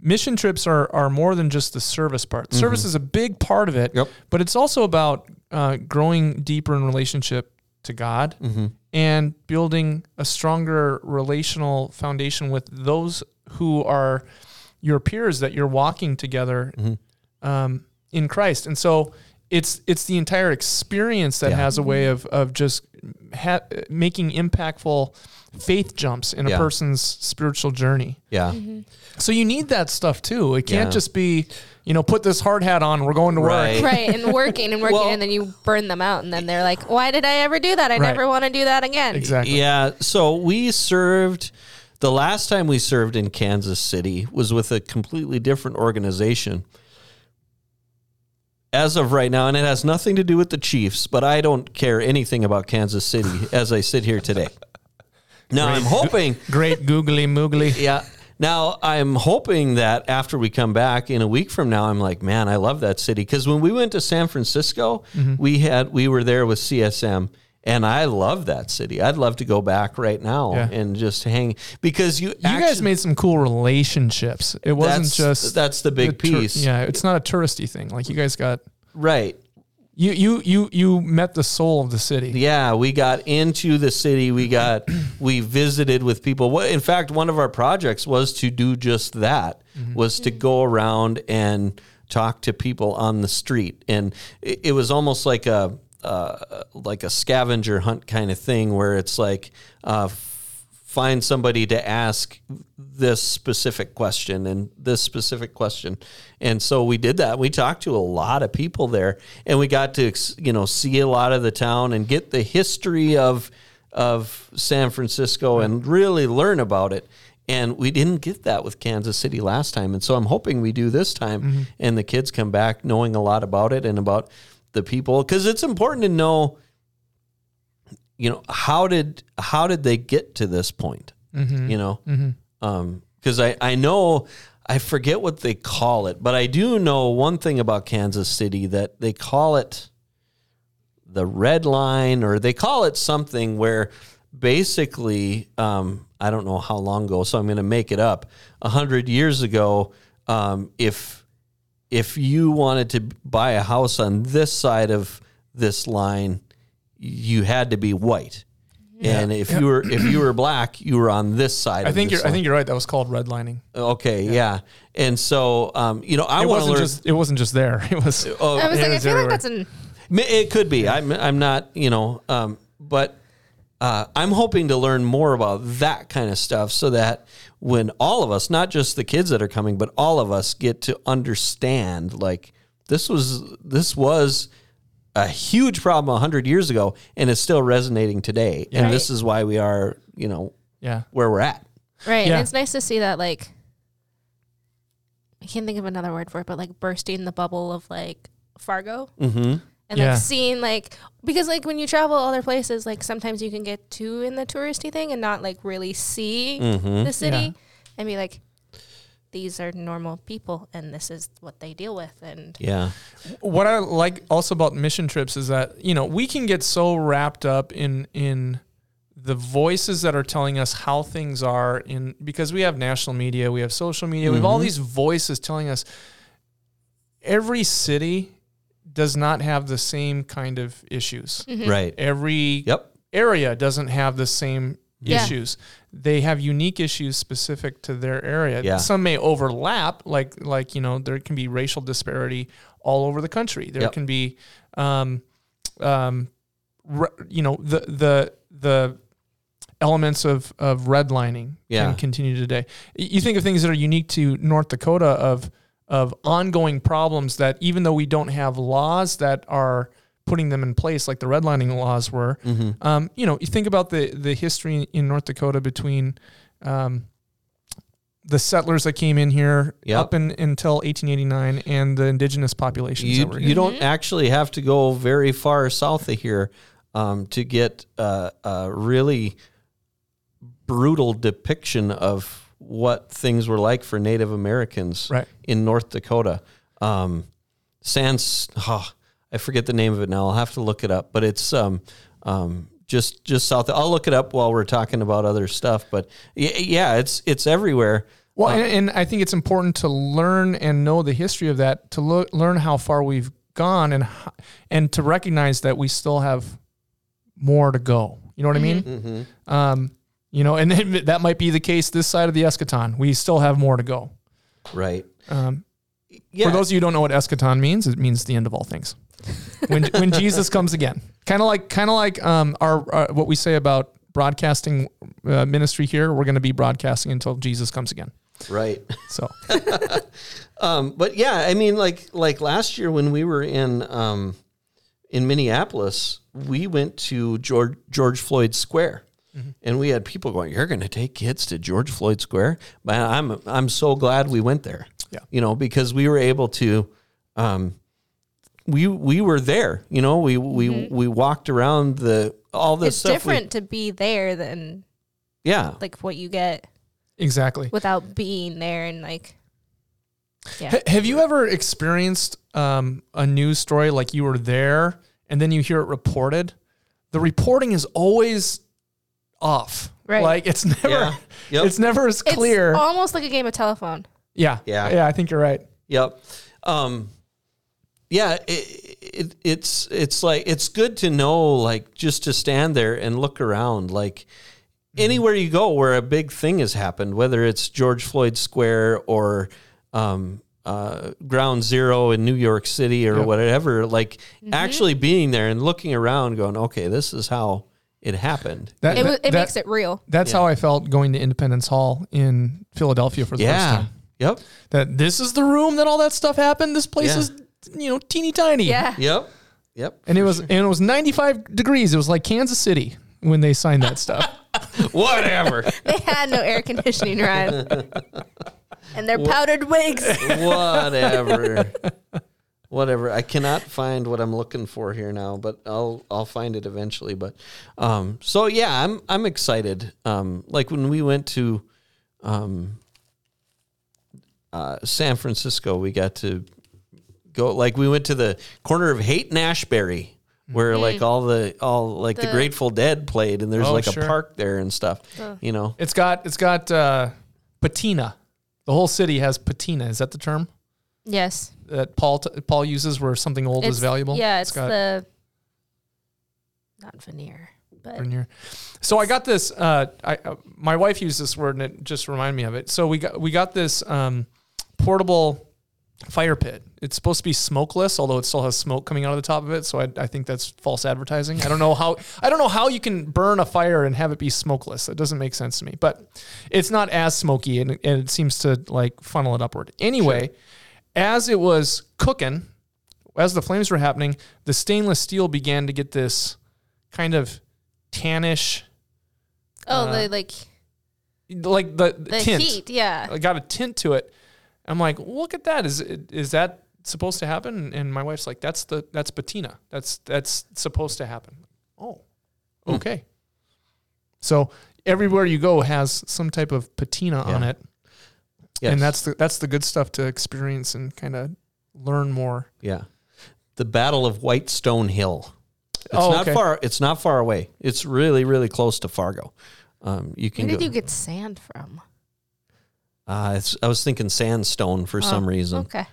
mission trips are are more than just the service part. Service is a big part of it,
Yep.
but it's also about uh, growing deeper in relationship to God
Mm-hmm.
and building a stronger relational foundation with those who are your peers that you're walking together
Mm-hmm.
um, in Christ. And so it's it's the entire experience that
Yeah.
has a way of of just ha- making impactful faith jumps in
Yeah.
a person's spiritual journey.
yeah.
So you need that stuff too. It can't
Yeah.
just be, you know, put this hard hat on, we're going to
Right.
work.
Right, and working and working,
Well-
and then you burn them out, and then they're like, why did I ever do that? I
Right.
never want to do that again.
Exactly.
Yeah. So we served the last time we served in Kansas City was with a completely different organization. As of right now, and it has nothing to do with the Chiefs, but I don't care anything about Kansas City as I sit here today. Now I'm hoping
Great googly moogly.
Yeah. Now I'm hoping that after we come back in a week from now, I'm like, man, I love that city because when we went to San Francisco,
Mm-hmm.
we had we were there with CSM, and I love that city. I'd love to go back right now
Yeah.
and just hang because you
You guys made some cool relationships. It wasn't
that's,
just
that's the big
the tur-
piece,
yeah, it's not a touristy thing. Like you guys got
right?
you you you you met the soul of the city.
Yeah, we got into the city. We got we visited with people. What in fact, one of our projects was to do just that. Was to go around and talk to people on the street, and it, it was almost like a uh, like a scavenger hunt kind of thing, where it's like. Uh, f- Find somebody to ask this specific question and this specific question, and so we did that. We talked to a lot of people there, and we got to ex- you know see a lot of the town and get the history of of San Francisco and really learn about it. And we didn't get that with Kansas City last time. And so I'm hoping we do this time and the kids come back knowing a lot about it and about the people cuz it's important to know you know how did how did they get to this point you know because I, I know i forget what they call it but i do know one thing about kansas city that they call it the red line or they call it something where basically um, i don't know how long ago so i'm going to make it up 100 years ago um, if if you wanted to buy a house on this side of this line, you had to be white. And if you were if you were black, you were on this side.
I think you're. I think you're right. That was called redlining.
okay, yeah. And so, um, you know, I
It
want to
wasn't
learn. Oh.
just. It wasn't just there. It was.
I was like, I
it's
feel
everywhere.
like that's an.
Ma- It could be. I'm I'm not, you know, um, but uh, I'm hoping to learn more about that kind of stuff so that when all of us, not just the kids that are coming, but all of us get to understand like this was this was a huge problem 100 years ago and is still resonating today. And this is why we are, you know,
Yeah.
where we're at.
Right.
Yeah.
And it's nice to see that, like, I can't think of another word for it, but like bursting the bubble of like Fargo
Mhm.
and
Mm-hmm. Yeah.
like seeing like, because like when you travel other places, like sometimes you can get too in the touristy thing and not like really see the city
Mm-hmm. Yeah.
and be like, these are normal people and this is what they deal with. And
Yeah.
what I like also about mission trips is that you know we can get so wrapped up in in the voices that are telling us how things are in because we have national media, we have social media, we have
Mm-hmm.
all these voices telling us every city does not have the same kind of issues.
Mm-hmm. Right.
Every
Yep.
area doesn't have the same
Yeah.
issues. They have unique issues specific to their area.
Yeah.
Some may overlap, like like you know, there can be racial disparity all over the country. There
Yep.
can be, um, um, re, you know, the the the elements of of redlining
Yeah.
can continue today. Y- You think of things that are unique to North Dakota of of ongoing problems that even though we don't have laws that are putting them in place like the redlining laws were,
Mm-hmm.
um, you know, you think about the the history in North Dakota between um, the settlers that came in here
Yep.
up in, until 1889 and the indigenous populations that
You,
were here.
you don't actually have to go very far south of here um, to get uh, a really brutal depiction of what things were like for Native Americans
Right.
in North Dakota. Um, Sans, oh, I forget the name of it now. I'll have to look it up, but it's um, um, just just south. I'll look it up while we're talking about other stuff. But y- yeah, it's it's everywhere.
Well, and, and I think it's important to learn and know the history of that, to look, learn how far we've gone, and ho- and to recognize that we still have more to go. You know what I mean? Um, you know, and then that might be the case this side of the eschaton. We still have more to go.
Right.
Um,
Yeah.
For those of you who don't know what eschaton means, it means the end of all things. When when Jesus comes again, kind of like kind of like um, our, our what we say about broadcasting uh, ministry here. We're going to be broadcasting until Jesus comes again.
right.
So.
Um, but yeah, I mean, like like last year when we were in um, in Minneapolis, we went to George George Floyd Square, and we had people going, "You're going to take kids to George Floyd Square?" But I'm I'm so glad we went there.
Yeah.
you know, because we were able to. Um, we we were there, you know. We we we walked around the all this
Mm-hmm. it's
stuff. we-
different to be there than
yeah,
like what you get
Exactly.
without being there and like, yeah.
H- have you ever experienced um, a news story like you were there and then you hear it reported? The reporting is always off.
Right.
Like it's never
Yeah. Yep.
it's never as clear.
It's almost like a game of telephone.
yeah.
Yeah.
Yeah, I think you're right.
Yep. Um, yeah, it, it, it's it's like it's good to know, like just to stand there and look around, like anywhere you go where a big thing has happened, whether it's George Floyd Square or um, uh, Ground Zero in New York City or whatever, like actually being there and looking around, going, okay, this is how it happened.
That,
It, wa-
that-
it
that-
makes it real.
That's how I felt going to Independence Hall in Philadelphia for the
Yeah.
first time.
Yep.
That this is the room that all that stuff happened. This place
Yeah.
is you know teeny tiny.
Yeah.
Yep. Yep.
And it was and it was 95 degrees. It was like Kansas City when they signed that stuff.
Whatever.
They had no air conditioning rhyme. and their powdered wigs.
Whatever. Whatever. I cannot find what I'm looking for here now, but I'll I'll find it eventually. But um so yeah, I'm I'm excited. Um like when we went to um uh San Francisco, we got to go like we went to the corner of Haight and Ashbury where like all the all like the,
The-
Grateful Dead played and there's
Oh,
like
sure.
a park there and stuff. You know.
It's got it's got uh, patina. The whole city has patina. Is that the term
Yes.
that Paul t- Paul uses where something old is valuable?
Yeah, it's,
got
the not veneer, but
Vernier. So I got this. Uh, I uh, my wife used this word and it just reminded me of it. So we got we got this um, portable fire pit. It's supposed to be smokeless, although it still has smoke coming out of the top of it. So I, I think that's false advertising. I don't know how I don't know how you can burn a fire and have it be smokeless. That doesn't make sense to me. But it's not as smoky and, and it seems to like funnel it upward. Anyway, as it was cooking, as the flames were happening, the stainless steel began to get this kind of tannish,
oh, the like
like uh, the,
the
tint.
heat, yeah.
I got a tint to it. I'm like, look at that. Is is that supposed to happen? And my wife's like, that's the that's patina. That's that's supposed to happen. Oh,
Hmm.
okay. So everywhere you go has some type of patina on
Yeah.
it,
Yes.
and that's the that's the good stuff to experience and kind of learn more.
Yeah. The Battle of White Stone Hill. It's
Oh,
not
okay.
far. It's not far away. It's really, really close to Fargo. Um, you can
Where did
go.
you get sand from?
uh, it's, I was thinking sandstone for some reason.
Oh, Okay.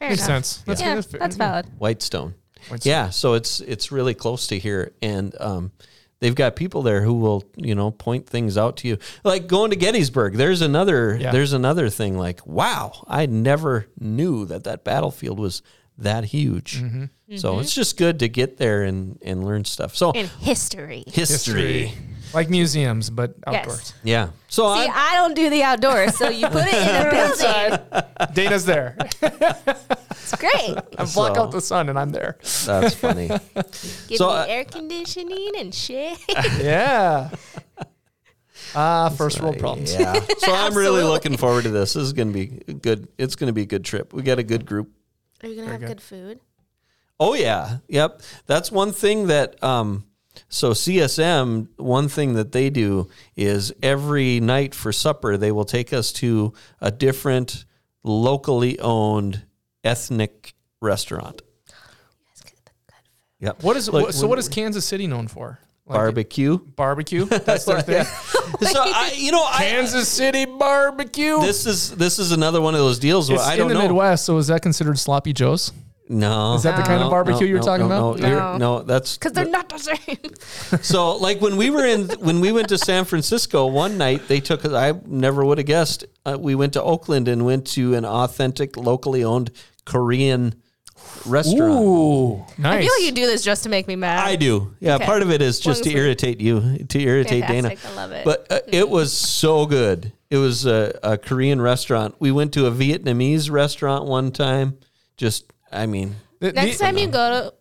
Fair
Makes
enough.
sense. Mm. That's
yeah,
good. Mm-hmm. Fair-
that's valid.
White Stone.
White
yeah. So it's it's really close to here, and um, they've got people there who will you know point things out to you, like going to Gettysburg. There's another
Yeah.
there's another thing. Like wow, I never knew that that battlefield was that huge.
Mm-hmm.
So
Mm-hmm.
it's just good to get there and and learn stuff. So
In history.
history.
like museums, but outdoors.
Yes.
Yeah. So
See,
I,
I don't do the outdoors, so you put it in a building.
Dana's there.
It's great.
I block
So-
out the sun, and I'm there.
that's funny.
Give
So
me
uh,
I-
air conditioning and shit.
Yeah. Ah, first world problems.
yeah. So I'm really
Absolutely.
looking forward to this. This is going to be good. It's going to be a good trip. We got a good group.
Are you gonna have good food?
Oh yeah. Yep. That's one thing that um so CSM one thing that they do is every night for supper they will take us to a different locally owned ethnic restaurant. Yep.
What is
Look,
what, so?
when-
What is Kansas City known for? Like
barbecue?
barbecue. That's their thing.
so I you know I
Kansas City barbecue.
this is this is another one of those deals where
it's
I don't
in the
know.
Midwest, so is that considered sloppy joes?
No.
Is that the kind of barbecue you're talking about?
No, you're-
No.
no, that's
Because they're not the same.
So, like when we were in, when we went to San Francisco one night, they took. I never would have guessed. Uh, we went to Oakland and went to an authentic, locally owned Korean restaurant.
Ooh, nice.
I feel like you do this just to make me mad.
I do. Yeah,
Okay.
part of it is just
Well,
to
it's like-
irritate you, to irritate
Fantastic.
Dana.
I love it. Mm-hmm.
But uh, it was so good. It was a, a Korean restaurant. We went to a Vietnamese restaurant one time. Just, I mean,
The-
Next
the-
time you go to,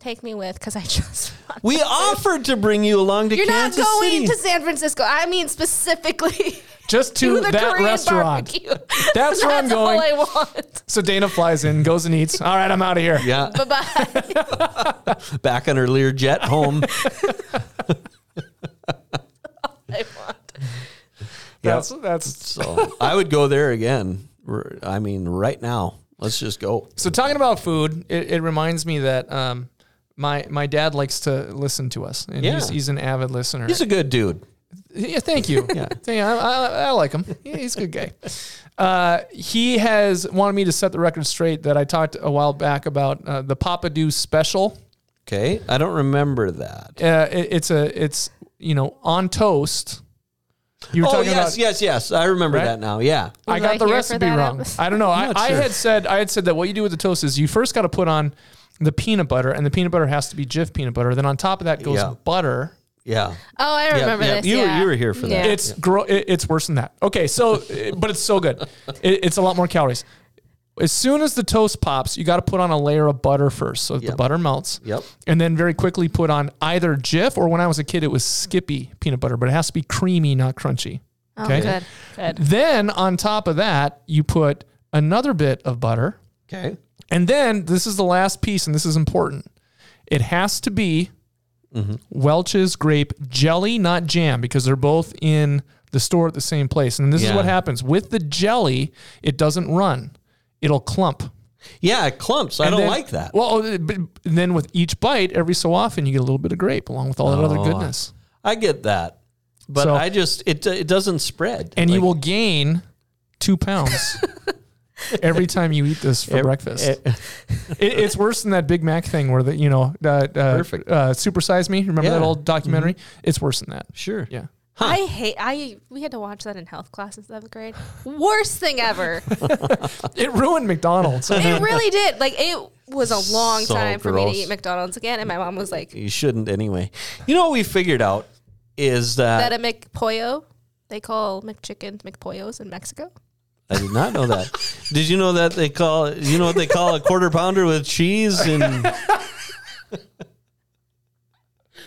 take me with because I just want.
we offered to bring you along to
You're not
Kansas
going
City.
to San Francisco. I mean specifically
just
to,
to
the
that
Korean
restaurant.
barbecue.
That's where I'm going.
all I want.
So Dana flies in, goes and eats. All right, I'm out of here.
yeah,
Bye bye.
back on her Learjet home.
I want.
That's that's
So I would go there again. R- I mean, right now. Let's just go.
So talking about food, it, it reminds me that um, my my dad likes to listen to us, and he's,
Yeah.
he's an avid listener.
He's a good dude.
yeah, thank you. yeah, Thank you. I, I, I like him. Yeah, he's a good guy. Uh, he has wanted me to set the record straight that I talked a while back about uh, the Papa Do special.
Okay. I don't remember that.
Uh, it, it's a it's you know on toast. You were
Oh,
talking
yes,
about
yes, yes. I remember
Right?
that now. Yeah.
I
Was
got
I
the
here for
recipe
that
wrong.
episode?
I don't know. I,
not
I
sure.
had said I had said that what you do with the toast is you first got to put on the peanut butter, and the peanut butter has to be Jif peanut butter. Then on top of that goes
Yeah.
butter.
Yeah.
Oh, I remember
yeah.
this.
You were-
yeah.
you were here for that.
Yeah.
eh, It's gro- it, it's worse than that. Okay, so uh, but it's so good. It, it's a lot more calories. As soon as the toast pops, you got to put on a layer of butter first so that the
Yep.
butter melts.
Yep.
And then very quickly put on either Jif or when I was a kid, it was Skippy peanut butter, but it has to be creamy, not crunchy.
Oh,
Okay.
good. Good.
Then on top of that, you put another bit of butter.
Okay.
And then this is the last piece, and this is important. It has to be
Mm-hmm.
Welch's grape jelly, not jam, because they're both in the store at the same place. And this is
Yeah.
what happens with the jelly, it doesn't run, it'll clump.
Yeah, it clumps. I
And
don't
then-
like that.
Well, oh, but- and then with each bite, every so often, you get a little bit of grape along with all that other
Oh.
goodness.
I get that. But
So-
I just it it doesn't spread.
And you
Like,
will gain two pounds every time you eat this for
ev-
breakfast.
eh,
It, it's worse than that Big Mac thing where the you know uh, uh,
Perfect.
uh, supersize me. Remember that
Yeah. Mm-hmm.
old documentary? It's worse than that.
sure.
Yeah.
I hate. I we had to watch that in health class in seventh grade. Worst thing ever.
It ruined McDonald's.
it really did. Like it was a long
So
time for me
gross.
to eat McDonald's again, and my mom was like,
You shouldn't anyway. You know what we figured out is
"That
Uh,
that,
a McPollo? They call McChickens McPollos in Mexico."
I did not know that. Did you know that they call you know what they call a quarter pounder with cheese in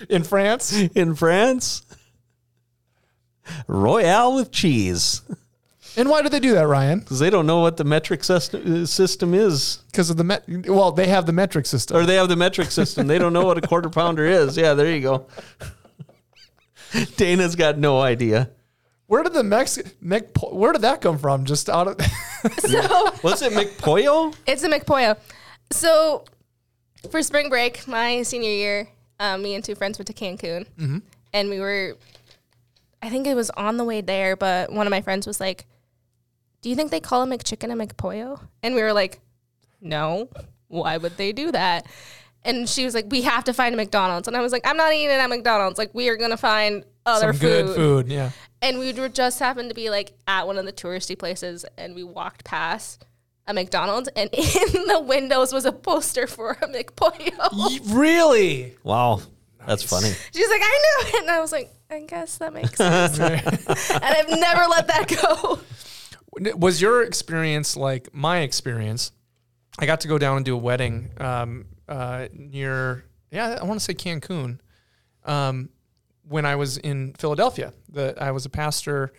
In France,
in France? Royale with cheese
and why do they do that, Ryan?
because they don't know what the metric system system is.
Because of the met. Well, they have the metric system.
or they have the metric system. They don't know what a quarter pounder is. Yeah, there you go. Dana's got no idea.
Where did the Mex? Mc- where did that come from? Just out of.
So
What's it, McPollo?
it's a McPollo. So for spring break, my senior year, um, me and two friends went to Cancun,
Mm-hmm.
and we were. I think it was on the way there, but one of my friends was like, "Do you think they call a McChicken a McPollo?" And we were like, "No, why would they do that?" And she was like, "We have to find a McDonald's," and I was like, "I'm not eating at McDonald's. Like, we are gonna find other
Some good food. Yeah.
and we were just happened to be like at one of the touristy places and we walked past a McDonald's and in the windows was a poster for a McPollo.
really.
Wow, that's funny.
She's like, I knew it. And I was like, I guess that makes sense. and I've never let that go.
was your experience like my experience? I got to go down and do a wedding um, uh, near, yeah, I want to say Cancun. Um, when I was in Philadelphia, the, I was a pastor,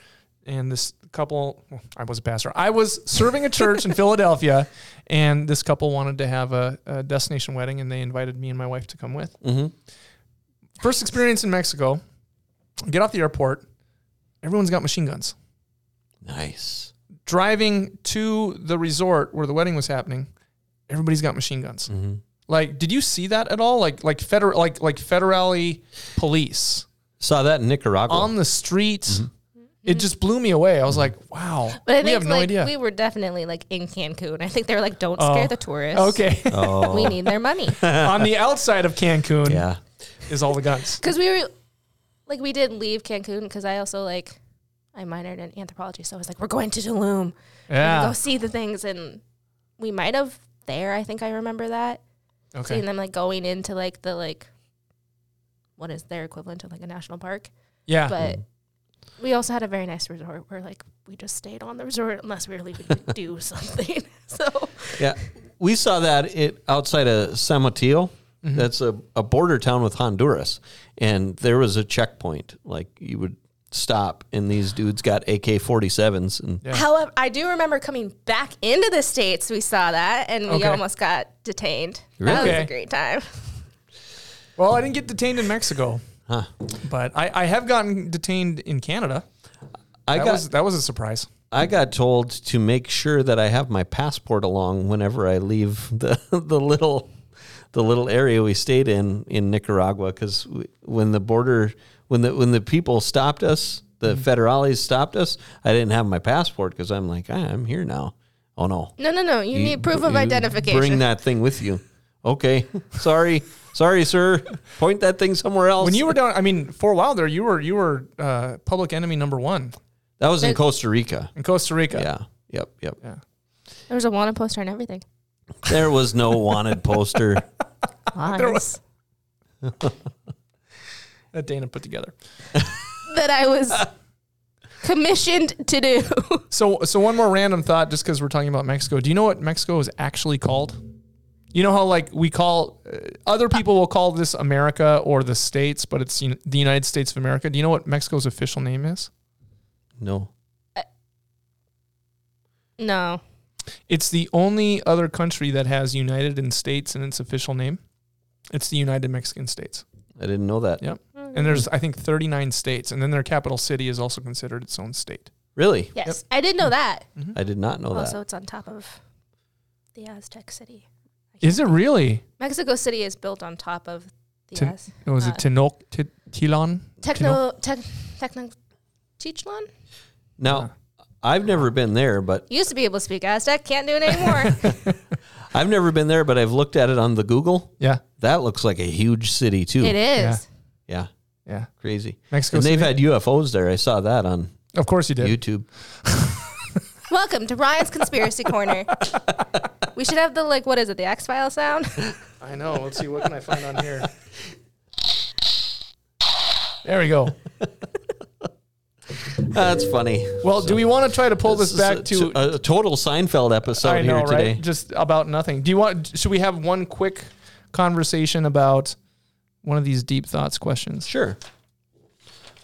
and this couple, well, I was a pastor. I was serving a church in Philadelphia, and this couple wanted to have a, a destination wedding, and they invited me and my wife to come with. First experience in Mexico. Get off the airport. Everyone's got machine guns
Nice.
driving to the resort where the wedding was happening, everybody's got machine guns.
Mm-hmm.
Like, did you see that at all? Like, like federal, like like federally police
Saw that in Nicaragua.
on the street.
Mm-hmm.
It just blew me away. I was like, wow,
But I think
we have no
like
idea. Oh.
we were definitely like in Cancun. I think they were like, don't scare the tourists.
okay,
We need their money.
on the outside of Cancun
Oh. yeah.
is all the guns.
Because we were like, we did leave Cancun because I also like, I minored in anthropology. So I was like, we're going to Tulum. and go
Yeah.
see the things and we might have there i think i remember that seeing
Okay.
them like going into like the like what is their equivalent to like a national park
Yeah.
but we also had a very nice resort where like we just stayed on the resort unless we were leaving to do something so
Yeah. We saw that it outside of San Mateo.
Mm-hmm.
That's a, a border town with Honduras. And there was a checkpoint. Like you would stop, and these dudes got AK 47s. And
Yeah.
however i do remember coming back into the states we saw that and we
Okay.
almost got detained that was
Really?
a great time
Well, I didn't get detained in Mexico,
Huh.
but I, I have gotten detained in Canada.
I
That
got
was that was a surprise.
I got told to make sure that I have my passport along whenever I leave the the little the little area we stayed in in Nicaragua because when the border when the when the people stopped us the
Mm-hmm.
federales stopped us I didn't have my passport because I'm like "Ah, I'm here now oh no
no no no you, need proof of
you
identification
bring that thing with you okay sorry sorry sir point that thing somewhere else
When you were down, I mean, for a while there, you were you were uh, public enemy number one
that was in Costa Rica
in Costa Rica.
yeah yep yep
there was a wanted poster and everything
there was no wanted poster
Lies.
that Dana put together.
that I was commissioned to do.
So, so one more random thought, just because we're talking about Mexico. Do you know what Mexico is actually called? You know how like we call uh, other people will call this America or the states, but it's un- the United States of America. Do you know what Mexico's official name is?
No.
no.
It's the only other country that has United in States in its official name. It's the United Mexican States.
I didn't know that.
Yep. And there's I think 39 states, and then their capital city is also considered its own state.
Really?
Yes, I did know that.
Mm-hmm.
I did not know
Also,
that.
it's on top of the Aztec city.
Is it really?
Mexico City is built on top of the
Tin-
Az-
Or was
Uh,
it Tenoch, T- Tilon?
techno tech techno Chichlon.
Now, I've never been there, but
Used to be able to speak Aztec, can't do it anymore.
I've never been there, but I've looked at it on the Google.
Yeah,
That looks like a huge city too.
it is.
Yeah,
yeah.
crazy.
Mexico
And they've
City?
had UFOs there. I saw that on
Of course you did.
YouTube.
Welcome to Ryan's Conspiracy Corner. We should have the like what is it, the X file sound?
I know. Let's see what can I find on here. There we go.
That's funny.
Well, do we want to try to pull this
is a,
back to?
a, total Seinfeld episode
I know,
here today.
right? Just about nothing. Do you want? Should we have one quick conversation about one of these deep thoughts questions?
Sure.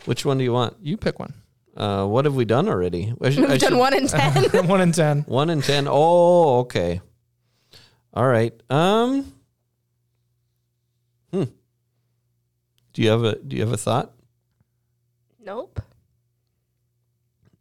Which one do you want?
You pick one.
Uh, what have we done already? I should- I
We've
should-
done one in ten.
one in ten.
One in ten. Oh, okay. All right. Um. Hmm. Do you have a Do you have a thought?
nope.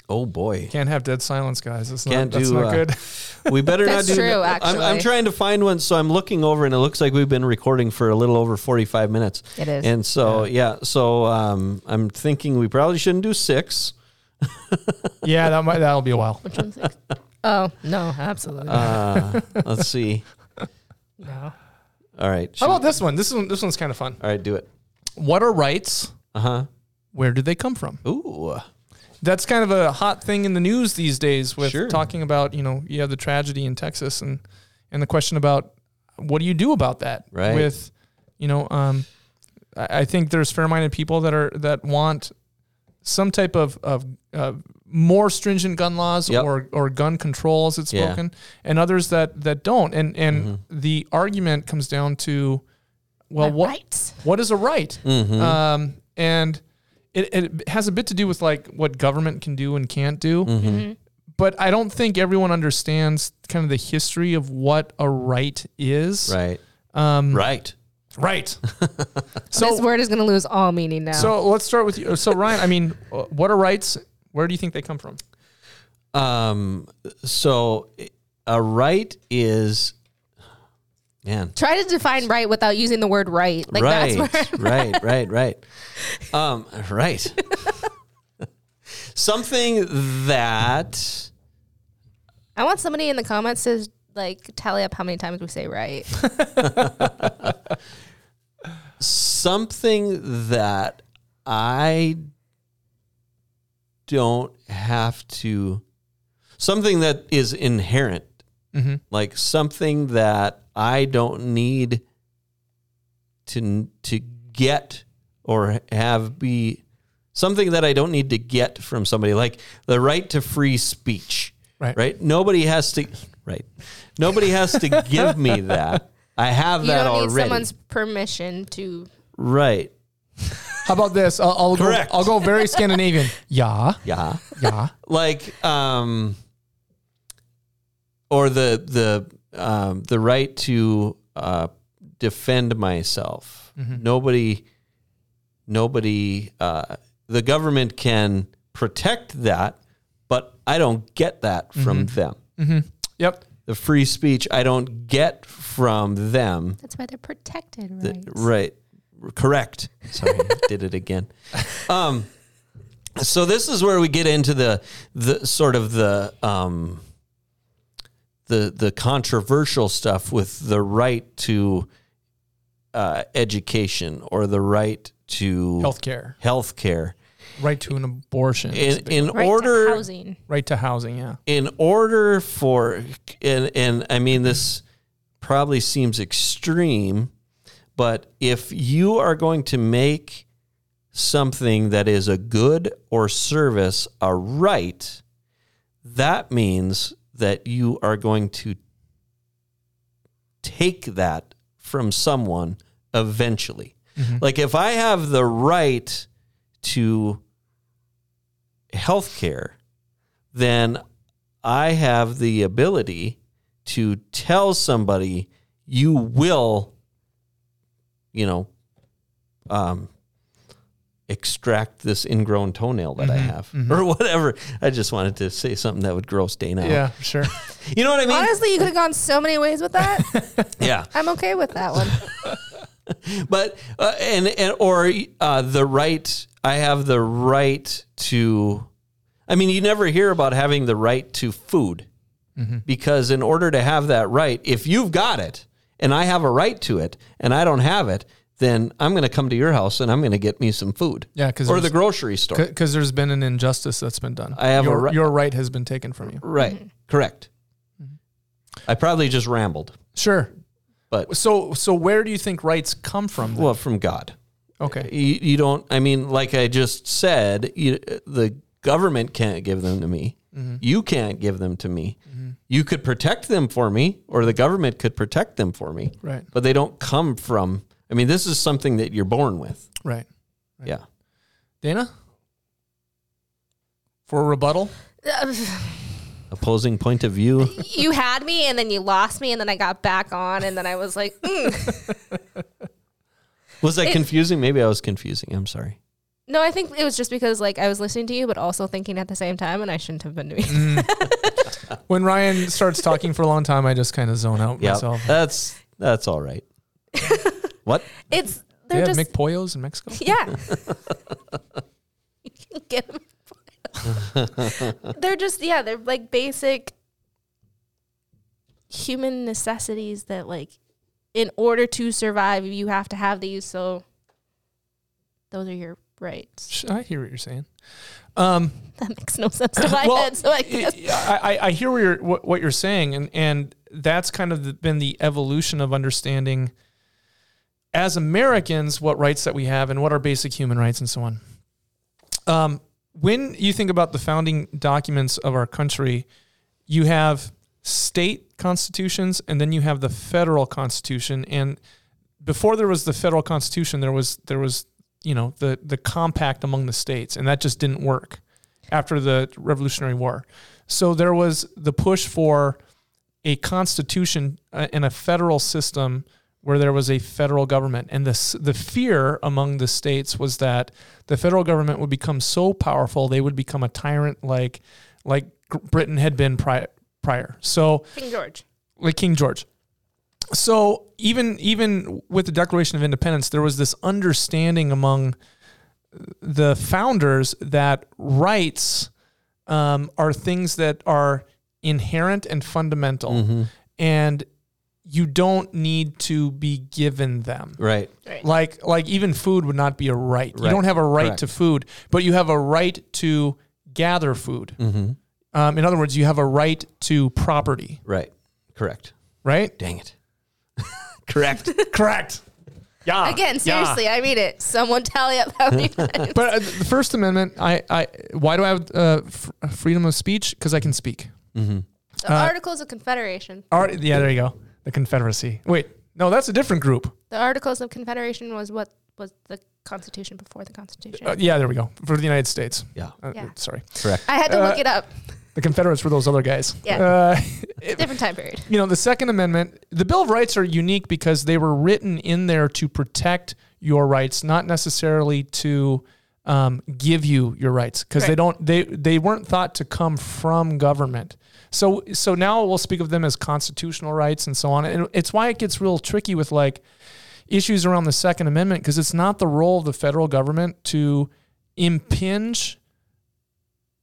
Oh boy.
Can't have dead silence, guys. That's
Can't
not, that's
do,
not
uh,
good.
We better
That's
not do.
true,
I'm, I'm
actually.
trying to find one, so I'm looking over, and it looks like we've been recording for a little over 45 minutes.
It is.
And so, yeah. so, um, I'm thinking we probably shouldn't do six.
yeah, that might that'll be a while.
Which one's six? Oh, no, absolutely.
Uh, let's see.
no.
All right.
How about this one? This one this one's kind of fun.
All right. Do it.
What are rights?
Uh huh.
Where do they come from?
Ooh.
that's kind of a hot thing in the news these days with
Sure.
talking about you know you have the tragedy in Texas and and the question about what do you do about that
Right.
with you know um I, I think there's fair-minded people that are that want some type of of uh, more stringent gun laws
Yep.
or or gun control as it's
Yeah. Mm-hmm.
spoken and others that that don't and and the argument comes down to well Uh, what
Rights.
what is a right um, and it, it has a bit to do with like what government can do and can't do but i don't think everyone understands kind of the history of what a right is
Right. Um, right.
right
this
so
word is gonna lose all meaning now.
so let's start with you so ryan i mean uh, what are rights where do you think they come from
Um, so a right is, man,
Try to define right without using the word right. Like
right,
that's where
right, right, right, um, right. Something that
I want somebody in the comments to like tally up how many times we say right.
something that I don't have to something that is inherent. Like something that I don't need to to get or have be something that I don't need to get from somebody like the right to free speech.
Right.
Right? Nobody has to right. Nobody has to give me that. I have
You
that
don't
already.
need someone's permission to
Right.
how about this i'll, I'll, go,
Correct.
I'll go very scandinavian yeah
Yeah.
yeah
Like um or the the um the right to uh defend myself. Nobody nobody uh the government can protect that, but I don't get that from them.
Mm-hmm. yep
The free speech I don't get from them.
That's why they're protected,
The-
right?
right. Correct. Sorry, I did it again. Um, so this is where we get into the the sort of the um, the the controversial stuff with the right to uh, education or the right to
healthcare
healthcare.
right to an abortion
In in
Right to
order
housing.
right to housing yeah
in order for and and I mean this probably seems extreme, but if you are going to make something that is a good or service, a right, that means that you are going to take that from someone eventually. Like if I have the right to health care, then I have the ability to tell somebody you will, you know, um, extract this ingrown toenail that I have or whatever. I just wanted to say something that would gross Dana out.
Yeah, sure.
You know what I mean?
Honestly, you could have gone so many ways with that.
yeah.
I'm okay with that one.
but uh, and and or uh, the right I have the right to I mean you never hear about having the right to food because in order to have that right if you've got it and I have a right to it and I don't have it then I'm going to come to your house and I'm going to get me some food
Yeah, because
or the grocery store
because there's been an injustice that's been done.
I have a
your,
right-
your right has been taken from you.
right correct I probably just rambled
Sure.
But-
so so where do you think rights come from? then?
well uh, from God
okay.
you, you don't i mean like i just said you, the government can't give them to me you can't give them to me you could protect them for me or the government could protect them for me
Right.
but they don't come from i mean this is something that you're born with
Right.
yeah
Dana? For a rebuttal?
opposing point of view
you had me, and then you lost me, and then I got back on, and then I was like, mm.
was that
It-
confusing maybe i was confusing i'm sorry
no, I think it was just because like I was listening to you, but also thinking at the same time, and I shouldn't have been doing.
Mm.
that.
When Ryan starts talking for a long time, I just kind of zone out
yeah
myself.
that's that's all right what
It's
They
they're
have
just
Mick Poyos in Mexico?
Yeah. you can get them. they're just yeah, they're like basic human necessities that like in order to survive you have to have these so those are your rights.
Sh- I hear what you're saying. Um,
That makes no sense to my head. So I guess
I, I- I hear what you're, what, what you're saying, and, and that's kind of the, been the evolution of understanding as Americans what rights that we have and what are basic human rights and so on. Um, when you think about the founding documents of our country, you have state constitutions and then you have the federal constitution. And before there was the federal constitution, there was there was you know the the compact among the states, and that just didn't work after the Revolutionary War. So there was the push for a constitution uh, and a federal system where there was a federal government, and the s- the fear among the states was that the federal government would become so powerful they would become a tyrant like like Gr- Britain had been prior. Prior, so
King George.
like King George. So even even with the Declaration of Independence, there was this understanding among the founders that rights um, are things that are inherent and fundamental,
Mm. Mm-hmm.
and you don't need to be given them.
right
Right.
Like like even food would not be a right. You
Right.
don't have a right
Correct.
to food, but you have a right to gather food.
Mm-hmm.
Um, in other words, you have a right to property,
right correct
right?
dang it correct
Correct. Yeah.
Again, seriously, I mean it. Someone tally up how many times.
But uh, the First Amendment, I, I, why do I have uh, f- freedom of speech? Because I can speak.
The Articles of Confederation.
All right. Yeah, there you go. The Confederacy. Wait, no, that's a different group.
The Articles of Confederation was what was the Constitution before the Constitution.
Uh, yeah, there we go. For the United States.
yeah
Uh,
Yeah.
Sorry.
correct
I had to
Uh,
look it up.
The Confederates were those other guys.
Yeah.
Uh,
Different time period.
you know, the Second Amendment, the Bill of Rights are unique because they were written in there to protect your rights, not necessarily to um, give you your rights, because they
Right.
don't they they weren't thought to come from government. So so now we'll speak of them as constitutional rights and so on, and it's why it gets real tricky with like issues around the Second Amendment because it's not the role of the federal government to impinge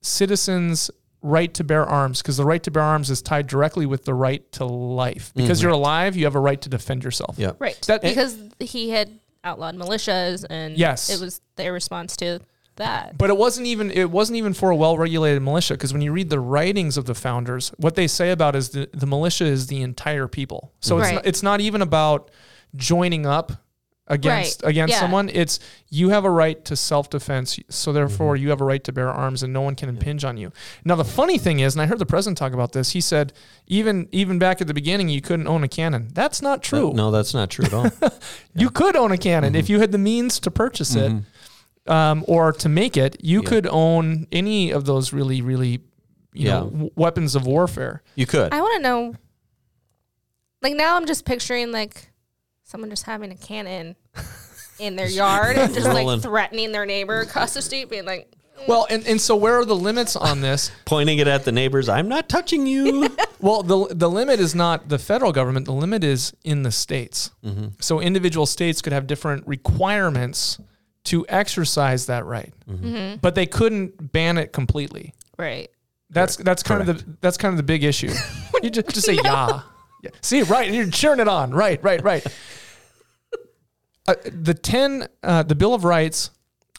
citizens' right to bear arms because the right to bear arms is tied directly with the right to life. Because you're alive, you have a right to defend yourself.
yeah
Right.
That-
because he had outlawed militias and
Yes.
it was their response to that.
But it wasn't even it wasn't even for a well-regulated militia because when you read the writings of the founders, what they say about is the, the militia is the entire people. So it's
Right.
not, it's not even about joining up against against
yeah.
someone. It's you have a right to self defense, so therefore you have a right to bear arms, and no one can impinge on you. Now the funny thing is, and I heard the president talk about this. He said even even back at the beginning, you couldn't own a cannon. That's not true.
No, that's not true at all.
You could own a cannon if you had the means to purchase it um, or to make it. You could own any of those really, really, you
Yeah.
know, w- weapons of warfare.
you could.
I want to know. Like now, I'm just picturing like someone just having a cannon in their yard and just
Rolling.
like threatening their neighbor across the street, being like,
Well, and, and so where are the limits on this?
Pointing it at the neighbors, I'm not touching you.
Well, the the limit is not the federal government. The limit is in the states. So individual states could have different requirements to exercise that right, but they couldn't ban it completely.
right.
That's that's kind of the that's kind of the big issue. you just, just say yeah. yeah. See, right? You're cheering it on. Right, right, right. uh, the ten, uh, the Bill of Rights,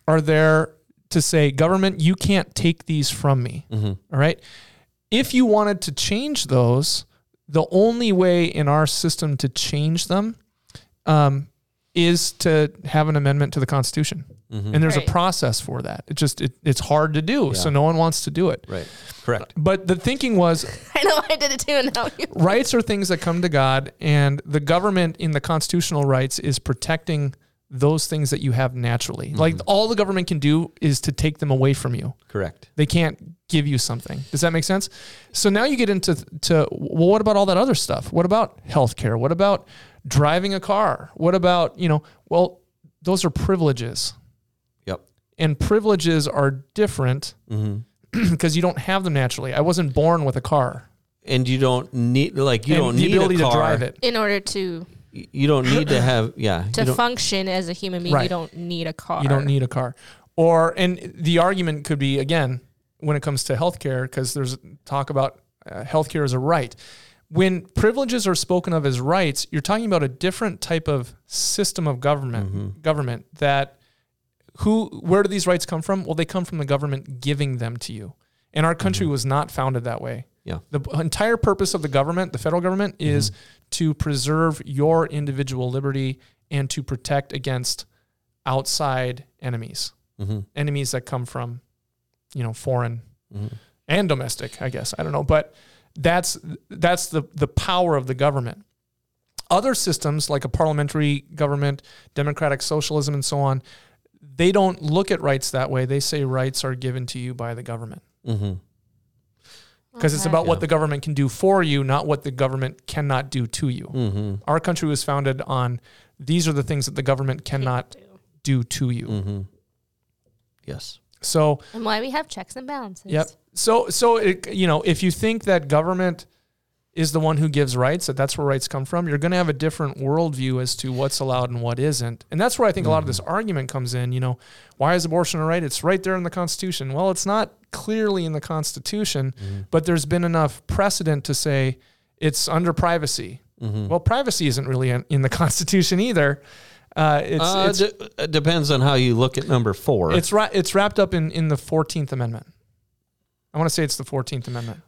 are there to say, government, you can't take these from me. All right. If you wanted to change those, the only way in our system to change them um, is to have an amendment to the Constitution. And there's
Right.
a process for that. It just it, it's hard to do, so no one wants to do it.
right. Correct.
But the thinking was
I know I did it too. and Now you.
rights are things that come to God, and the government in the constitutional rights is protecting those things that you have naturally. Like all the government can do is to take them away from you.
Correct.
They can't give you something. Does that make sense? So now you get into to well, what about all that other stuff? What about healthcare? What about driving a car? What about you know? Well, those are privileges,
Yep.
and privileges are different because you don't have them naturally. I wasn't born with a car.
And you don't need like you
and
don't
the
need
ability
a car.
to drive it.
In order to
Y- You don't need to have yeah.
to
you don't-
function as a human being, you
Right.
don't need a car.
You don't need a car. Or and the argument could be again when it comes to healthcare because there's talk about uh, healthcare as a right. When privileges are spoken of as rights, you're talking about a different type of system of government. Government that who where do these rights come from? Well, they come from the government giving them to you. And our country was not founded that way.
Yeah.
The b- entire purpose of the government, the federal government, is to preserve your individual liberty and to protect against outside enemies,
Mhm.
enemies that come from, you know, foreign and domestic, I guess. I don't know, but that's that's the the power of the government. Other systems like a parliamentary government, democratic socialism, and so on, they don't look at rights that way. They say rights are given to you by the government
Mhm.
because it's
Okay.
about
Yeah.
what the government can do for you, not what the government cannot do to you.
Mm. Mm-hmm.
Our country was founded on these are the things that the government cannot do to you.
Mm-hmm. Yes.
So,
And why we have checks and balances.
yep. So, so it, you know, if you think that government is the one who gives rights, that that's where rights come from, you're going to have a different worldview as to what's allowed and what isn't. And that's where I think a lot of this argument comes in. You know, why is abortion a right? It's right there in the Constitution. Well, it's not clearly in the Constitution, but there's been enough precedent to say it's under privacy. Well, privacy isn't really in, in the Constitution either. Uh, it's,
Uh,
it's,
de- it depends on how you look at number four.
it's, wra- it's wrapped up in, in the 14th Amendment. I want to say it's the 14th Amendment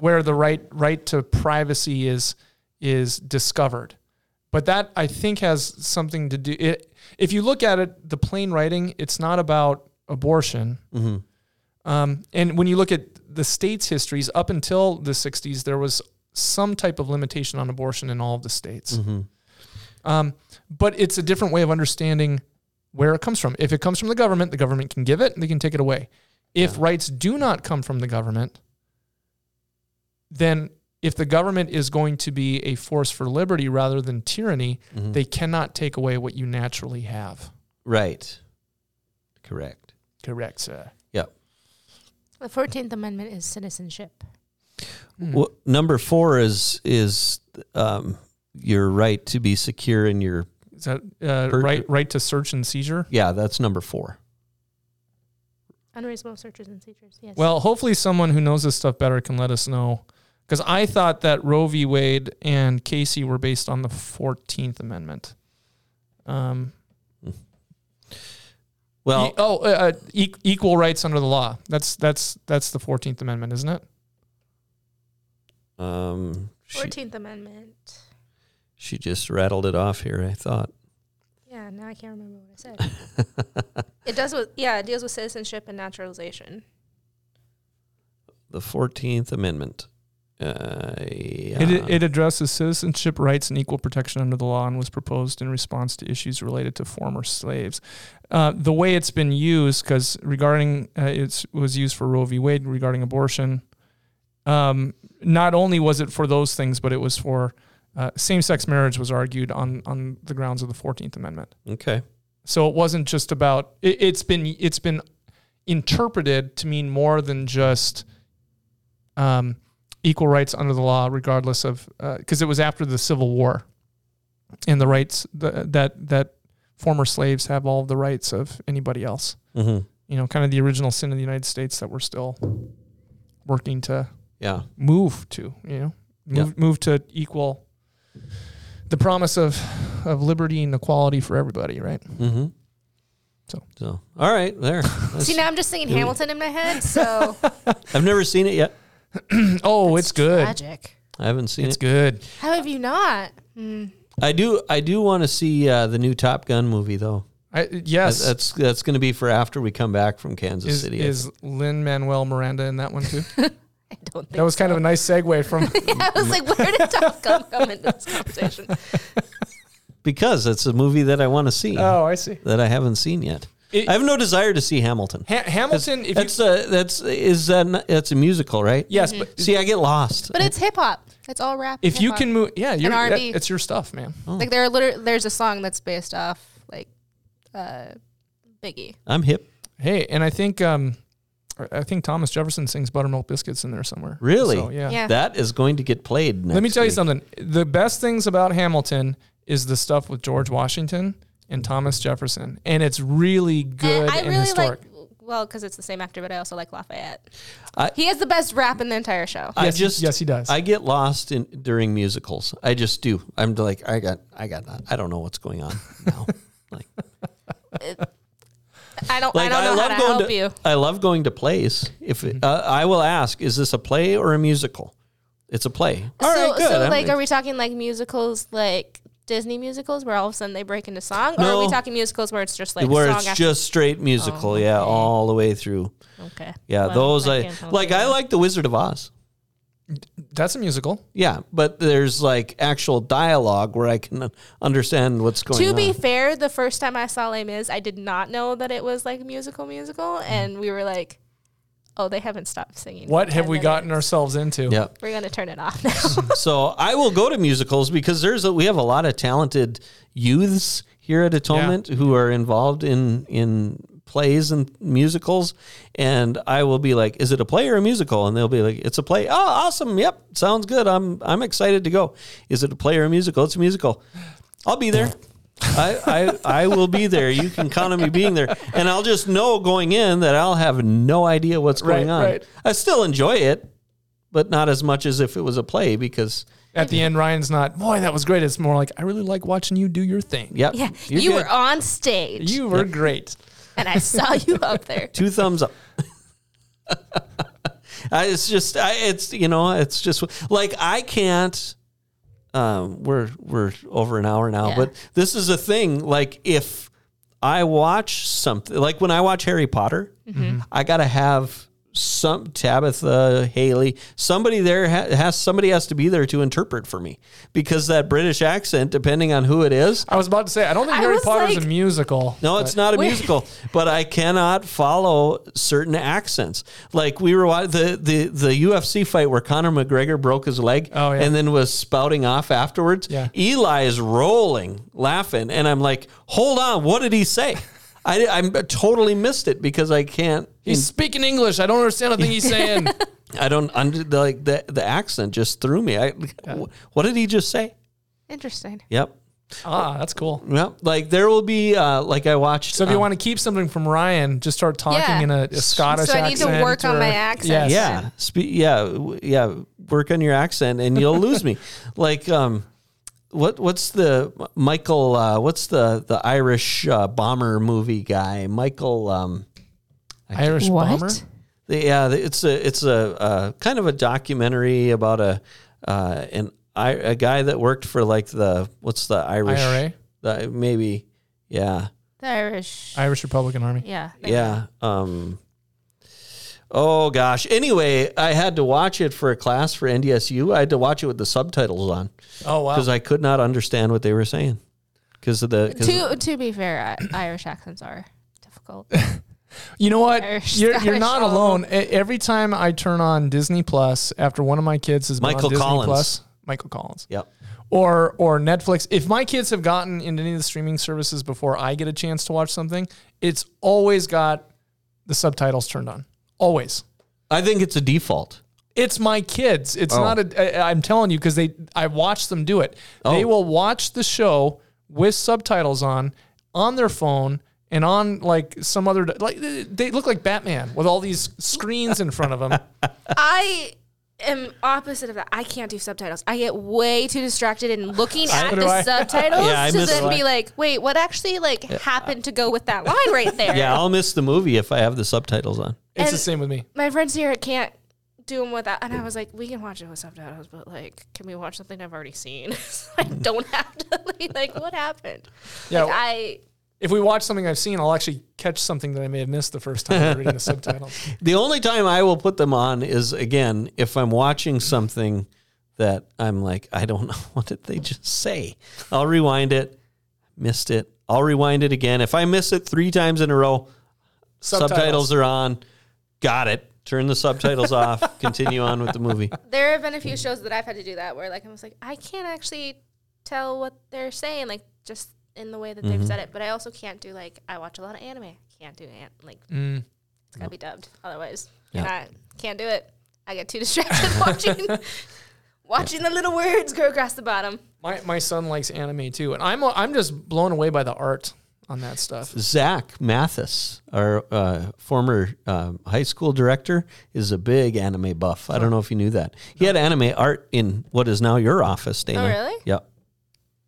where the right right to privacy is is discovered. But that I think has something to do it if you look at it the plain writing it's not about abortion. Um, and when you look at the states' histories up until the 60s there was some type of limitation on abortion in all of the states. Um, but it's a different way of understanding where it comes from. If it comes from the government, the government can give it and they can take it away. If rights do not come from the government, then if the government is going to be a force for liberty rather than tyranny,
Hmm. Mm-hmm.
they cannot take away what you naturally have.
right. Correct.
Correct, sir.
Yep.
The Fourteenth Amendment is citizenship.
Mm-hmm.
Well, number four is is um, your right to be secure in your
Is that uh,
Per-
right? Right to search and seizure.
yeah. That's number four.
Unreasonable searches and seizures. Yes.
Well, hopefully, someone who knows this stuff better can let us know. Because I thought that Roe v. Wade and Casey were based on the 14th Amendment. Um,
Well,
e- oh, uh, uh, e- equal rights under the law. That's that's that's the 14th Amendment, isn't it?
um, she,
Fourteenth Amendment.
she just rattled it off here. I thought.
Yeah. yeah, now I can't remember what I said. it does with yeah, it deals with citizenship and naturalization.
The 14th Amendment. Uh, yeah.
It, it addresses citizenship rights and equal protection under the law and was proposed in response to issues related to former slaves. Uh, the way it's been used, because regarding uh, it was used for Roe v. Wade regarding abortion, um, not only was it for those things, but it was for uh, same sex marriage was argued on, on the grounds of the 14th Amendment.
okay.
So it wasn't just about it, it's been it's been interpreted to mean more than just um, equal rights under the law, regardless of because it was after the Civil War and the rights the, that that former slaves have all the rights of anybody else.
Mm-hmm.
You know, kind of the original sin of the United States that we're still working to
Yeah.
move to. You know, move move to equal the promise of of liberty and equality for everybody, right?
Mm-hmm.
So.
so, all right, there.
See, now I'm just singing
Yeah, we-
Hamilton in my head, so
I've never seen it yet.
Oh, it's good.
Tragic.
I haven't seen
It's
it.
good.
How have you not? Hmm.
I do. I do want to see uh, the new Top Gun movie, though.
I, yes,
That's that's going to be for after we come back from Kansas
is
City. I
is Lin Manuel Miranda in that one too?
I don't think
That was kind of a nice segue from.
I was like, where did Top Gun come into this conversation?
because it's a movie that I want to see
oh, I see.
that I haven't seen yet.
It-
I have no desire to see Hamilton.
Ha- Hamilton, if you
That's a that's is that not- that's a musical, right?
yes, but
See, I get lost.
But it's hip hop. It's all rap.
if you
Mm-hmm. hip-hop.
can move, yeah, you're, that,
R&B.
it's your stuff, man.
Oh.
like, there are liter- there's a song that's based off like uh, Biggie.
I'm hip.
Hey, and I think um, I think Thomas Jefferson sings Buttermilk Biscuits in there somewhere.
Really?
So, yeah.
Yeah.
That is going to get played. Next
Let me tell you
week.
something. The best things about Hamilton is the stuff with George Washington and Thomas Jefferson, and it's really good and,
And I really
historic.
like well because it's the same actor, but I also like Lafayette.
I-
he has the best rap in the entire show.
I
Yes, he-
just
yes, he does.
I get lost in during musicals. I just do. I'm like I got I got I don't know what's going on now. like
I don't I
like
don't know how to
going
help
to
you.
I love going to plays. If
Mm-hmm.
it, uh, I will ask, is this a play or a musical? It's a play. All right,
so
good.
so
I'm-
like, are we talking like musicals like? Disney musicals where all of a sudden they break into song, or are
No.
we talking musicals where it's just like
where
song
it's
after?
just straight musical, yeah, all the way through.
okay,
Yeah,
Well,
those I
can't help
like.
you.
I like The Wizard of Oz.
That's a musical.
Yeah, but there's like actual dialogue where I can understand what's going
To
on.
be fair, the first time I saw Les Mis, I did not know that it was like musical musical, and we were like, "Oh, they haven't stopped singing."
What
for
have
10
we
minutes.
gotten ourselves into?
yeah.
We're gonna turn it off now.
So I will go to musicals because there's a, we have a lot of talented youths here at Atonement who are involved in in plays and musicals, and I will be like, "Is it a play or a musical?" And they'll be like, "It's a play." Oh, awesome! Yep, sounds good. I'm I'm excited to go. Is it a play or a musical? It's a musical. I'll be there. I, I I will be there. You can count on me being there, and I'll just know going in that I'll have no idea what's going
Right,
on.
right.
I still enjoy it, but not as much as if it was a play because
At the end, Ryan's not, boy, that was great. It's more like, I really like watching you do your thing.
yep,
yeah,
you're
you
good.
were on stage,
You were great.
and I saw you up there.
two thumbs up. I, it's just I, it's you know it's just like I can't. Um, we're we're over an hour now,
Yeah.
but this is a thing. Like if I watch something, like when I watch Harry Potter,
Mm-hmm.
I gotta have some Tabitha Haley, somebody there ha- has somebody has to be there to interpret for me because that British accent, depending on who it is,
I was about to say, I don't think
I
Harry
was
Potter's
like-
a musical.
No, it's not a musical, but I cannot follow certain accents. Like we were wa- the the the UFC fight where Conor McGregor broke his leg
Oh, yeah.
and then was spouting off afterwards.
Yeah.
Eli is rolling, laughing, and I'm like, "Hold on, what did he say?" I I totally missed it because I can't.
He's speaking English. I don't understand a thing he's saying.
I don't under the, like the the accent just threw me. I wh- what did he just say?
Interesting.
Yep.
ah, that's cool.
Yep. Like there will be uh like I watched
So if you
um,
want to keep something from Ryan, just start talking
Yeah.
in a, a Scottish
So
accent.
I need to work on
or-
my
Yes.
accent.
Yeah, spe- yeah, w- yeah. Work on your accent, and you'll lose me. Like, um, what what's the Michael? Uh, what's the the Irish uh, bomber movie guy? Michael. Um,
Irish bomber.
the, yeah, the- it's a it's a uh, kind of a documentary about a uh, an I, a guy that worked for like the what's the Irish
IRA?
the- maybe Yeah.
The Irish.
Irish Republican Army.
yeah.
Yeah. Um, oh gosh. Anyway, I had to watch it for a class for NDSU. I had to watch it with the subtitles on
Oh wow.
because I could not understand what they were saying because of the. 'cause of-
To to be fair, I, Irish accents are difficult.
You know what?
Irish-
you're you're
Irish
not
all
alone. E- Every time I turn on Disney Plus after one of my kids has been
Michael
on Disney
Collins.
Plus, Michael Collins.
yep.
or or Netflix. If my kids have gotten into any of the streaming services before I get a chance to watch something, it's always got the subtitles turned on. Always.
I think it's a default.
It's my kids. It's not a. I, I'm telling you because they. I watched them do it. They will watch the show with subtitles on on their phone and on like some other like they- they look like Batman with all these screens in front of them.
I am opposite of that. I can't do subtitles. I get way too distracted in looking at
do
the
I.
subtitles
Yeah, I
to
miss
then
it.
be like, wait, what actually like happened to go with that line right there?
Yeah, I'll miss the movie if I have the subtitles on.
It's the
And-
same with me.
My friends here can't do them without, and I was like, we can watch it with subtitles, but like, can we watch something I've already seen? So I don't have to be like, what happened?
Yeah.
Like, I
if we watch something I've seen, I'll actually catch something that I may have missed the first time by reading the subtitles.
The only time I will put them on is again if I'm watching something that I'm like, I don't know what did they just say. I'll rewind it, missed it. I'll rewind it again. If I miss it three times in a row, subtitles, are on. Got it. Turn the subtitles off. Continue on with the movie.
there have been a few shows that I've had to do that where like I was like I can't actually tell what they're saying like just in the way that they've said it, but I also can't do like I watch a lot of anime. Can't do an- like it's gotta be dubbed otherwise.
Yeah.
Cannot- can't do it. I get too distracted watching watching the little words grow across the bottom.
My, my son likes anime too, and I'm I'm just blown away by the art on that stuff.
Zach Mathis, our uh, former um high school director, is a big anime buff. I don't know if you knew that. He had anime art in what is now your office, Dana.
really?
Yep.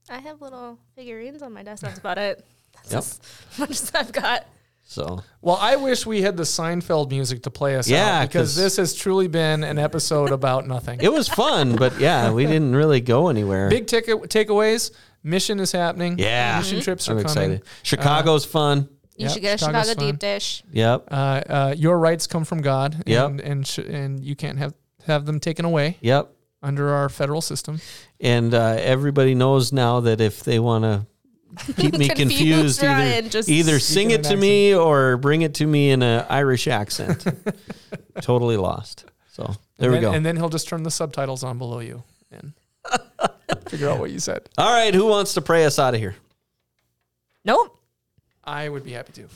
I have little figurines on my desk. That's about it. That's
Yep.
as much as I've got.
So
Well, I wish we had the Seinfeld music to play us
Yeah,
out because
'cause-
this has truly been an episode about nothing.
it was fun, but yeah, we didn't really go anywhere.
Big ticket takeaways. Mission is happening.
Yeah.
mission trips are
I'm
coming. Uh,
excited. Chicago's fun.
You
Yep,
should get a
Chicago's
Chicago
fun.
deep dish.
Yep.
Uh, uh, your rights come from God,
Yep.
and and, sh- and you can't have have them taken away
Yep.
under our federal system.
And uh, everybody knows now that if they want to keep me confused,
Confused,
either,
Ryan, just
either
Speak
sing
in
it
an
to me or bring it to me in an Irish accent. totally lost. So there
and
we
then,
go.
And then he'll just turn the subtitles on below you and figure out what you said.
All right. Who wants to pray us out of here?
Nope.
I would be happy to.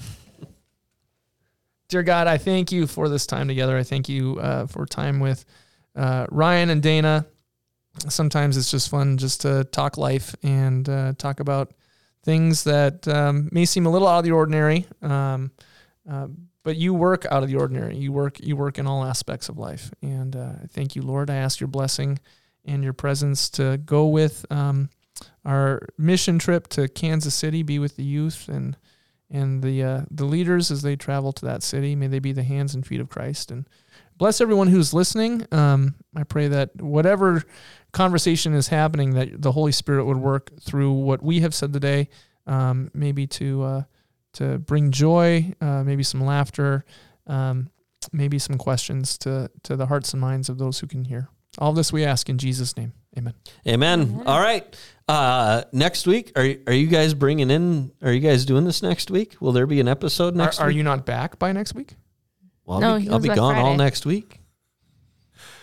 Dear God, I thank you for this time together. I thank you uh, for time with uh, Ryan and Dana. Sometimes it's just fun just to talk life and uh, talk about things that um, may seem a little out of the ordinary, um, uh, but you work out of the ordinary. You work you work in all aspects of life, and uh, I thank you, Lord. I ask your blessing and your presence to go with um, our mission trip to Kansas City, be with the youth and and the uh, the leaders as they travel to that city. May they be the hands and feet of Christ and bless everyone who's listening. Um, I pray that whatever conversation is happening, that the Holy Spirit would work through what we have said today, um, maybe to uh, to bring joy, uh, maybe some laughter, um, maybe some questions to to the hearts and minds of those who can hear. All this we ask in Jesus' name. Amen.
Amen. All right. Uh, next week, are are you guys bringing in? Are you guys doing this next week? Will there be an episode next?
are, are
week?
you not back by next week?
Well,
No,
I'll be,
he
I'll
comes
be
back
gone all
Friday.
next week.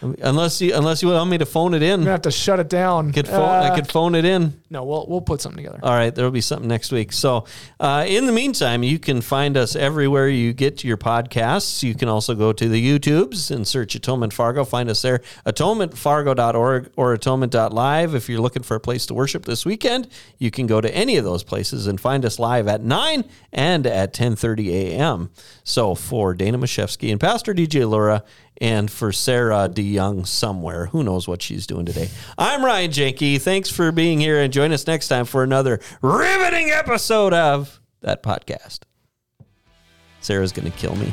Unless you unless you want me to phone it
I'm gonna
in,
have to shut it down.
could phone, I
Uh,
could phone it in.
No, we'll we'll put something together.
All right, there'll be something next week. So, uh, in the meantime, you can find us everywhere you get your podcasts. You can also go to the YouTubes and search Atonement Fargo. Find us there, atonementfargo.org or atonement.live. If you're looking for a place to worship this weekend, you can go to any of those places and find us live at 9 and at 10.30 a.m. So, for Dana Mashevsky and Pastor DJ Laura and for Sarah DeYoung somewhere. Who knows what she's doing today? I'm Ryan Jenke. Thanks for being here and join us next time for another riveting episode of that podcast. Sarah's going to kill me.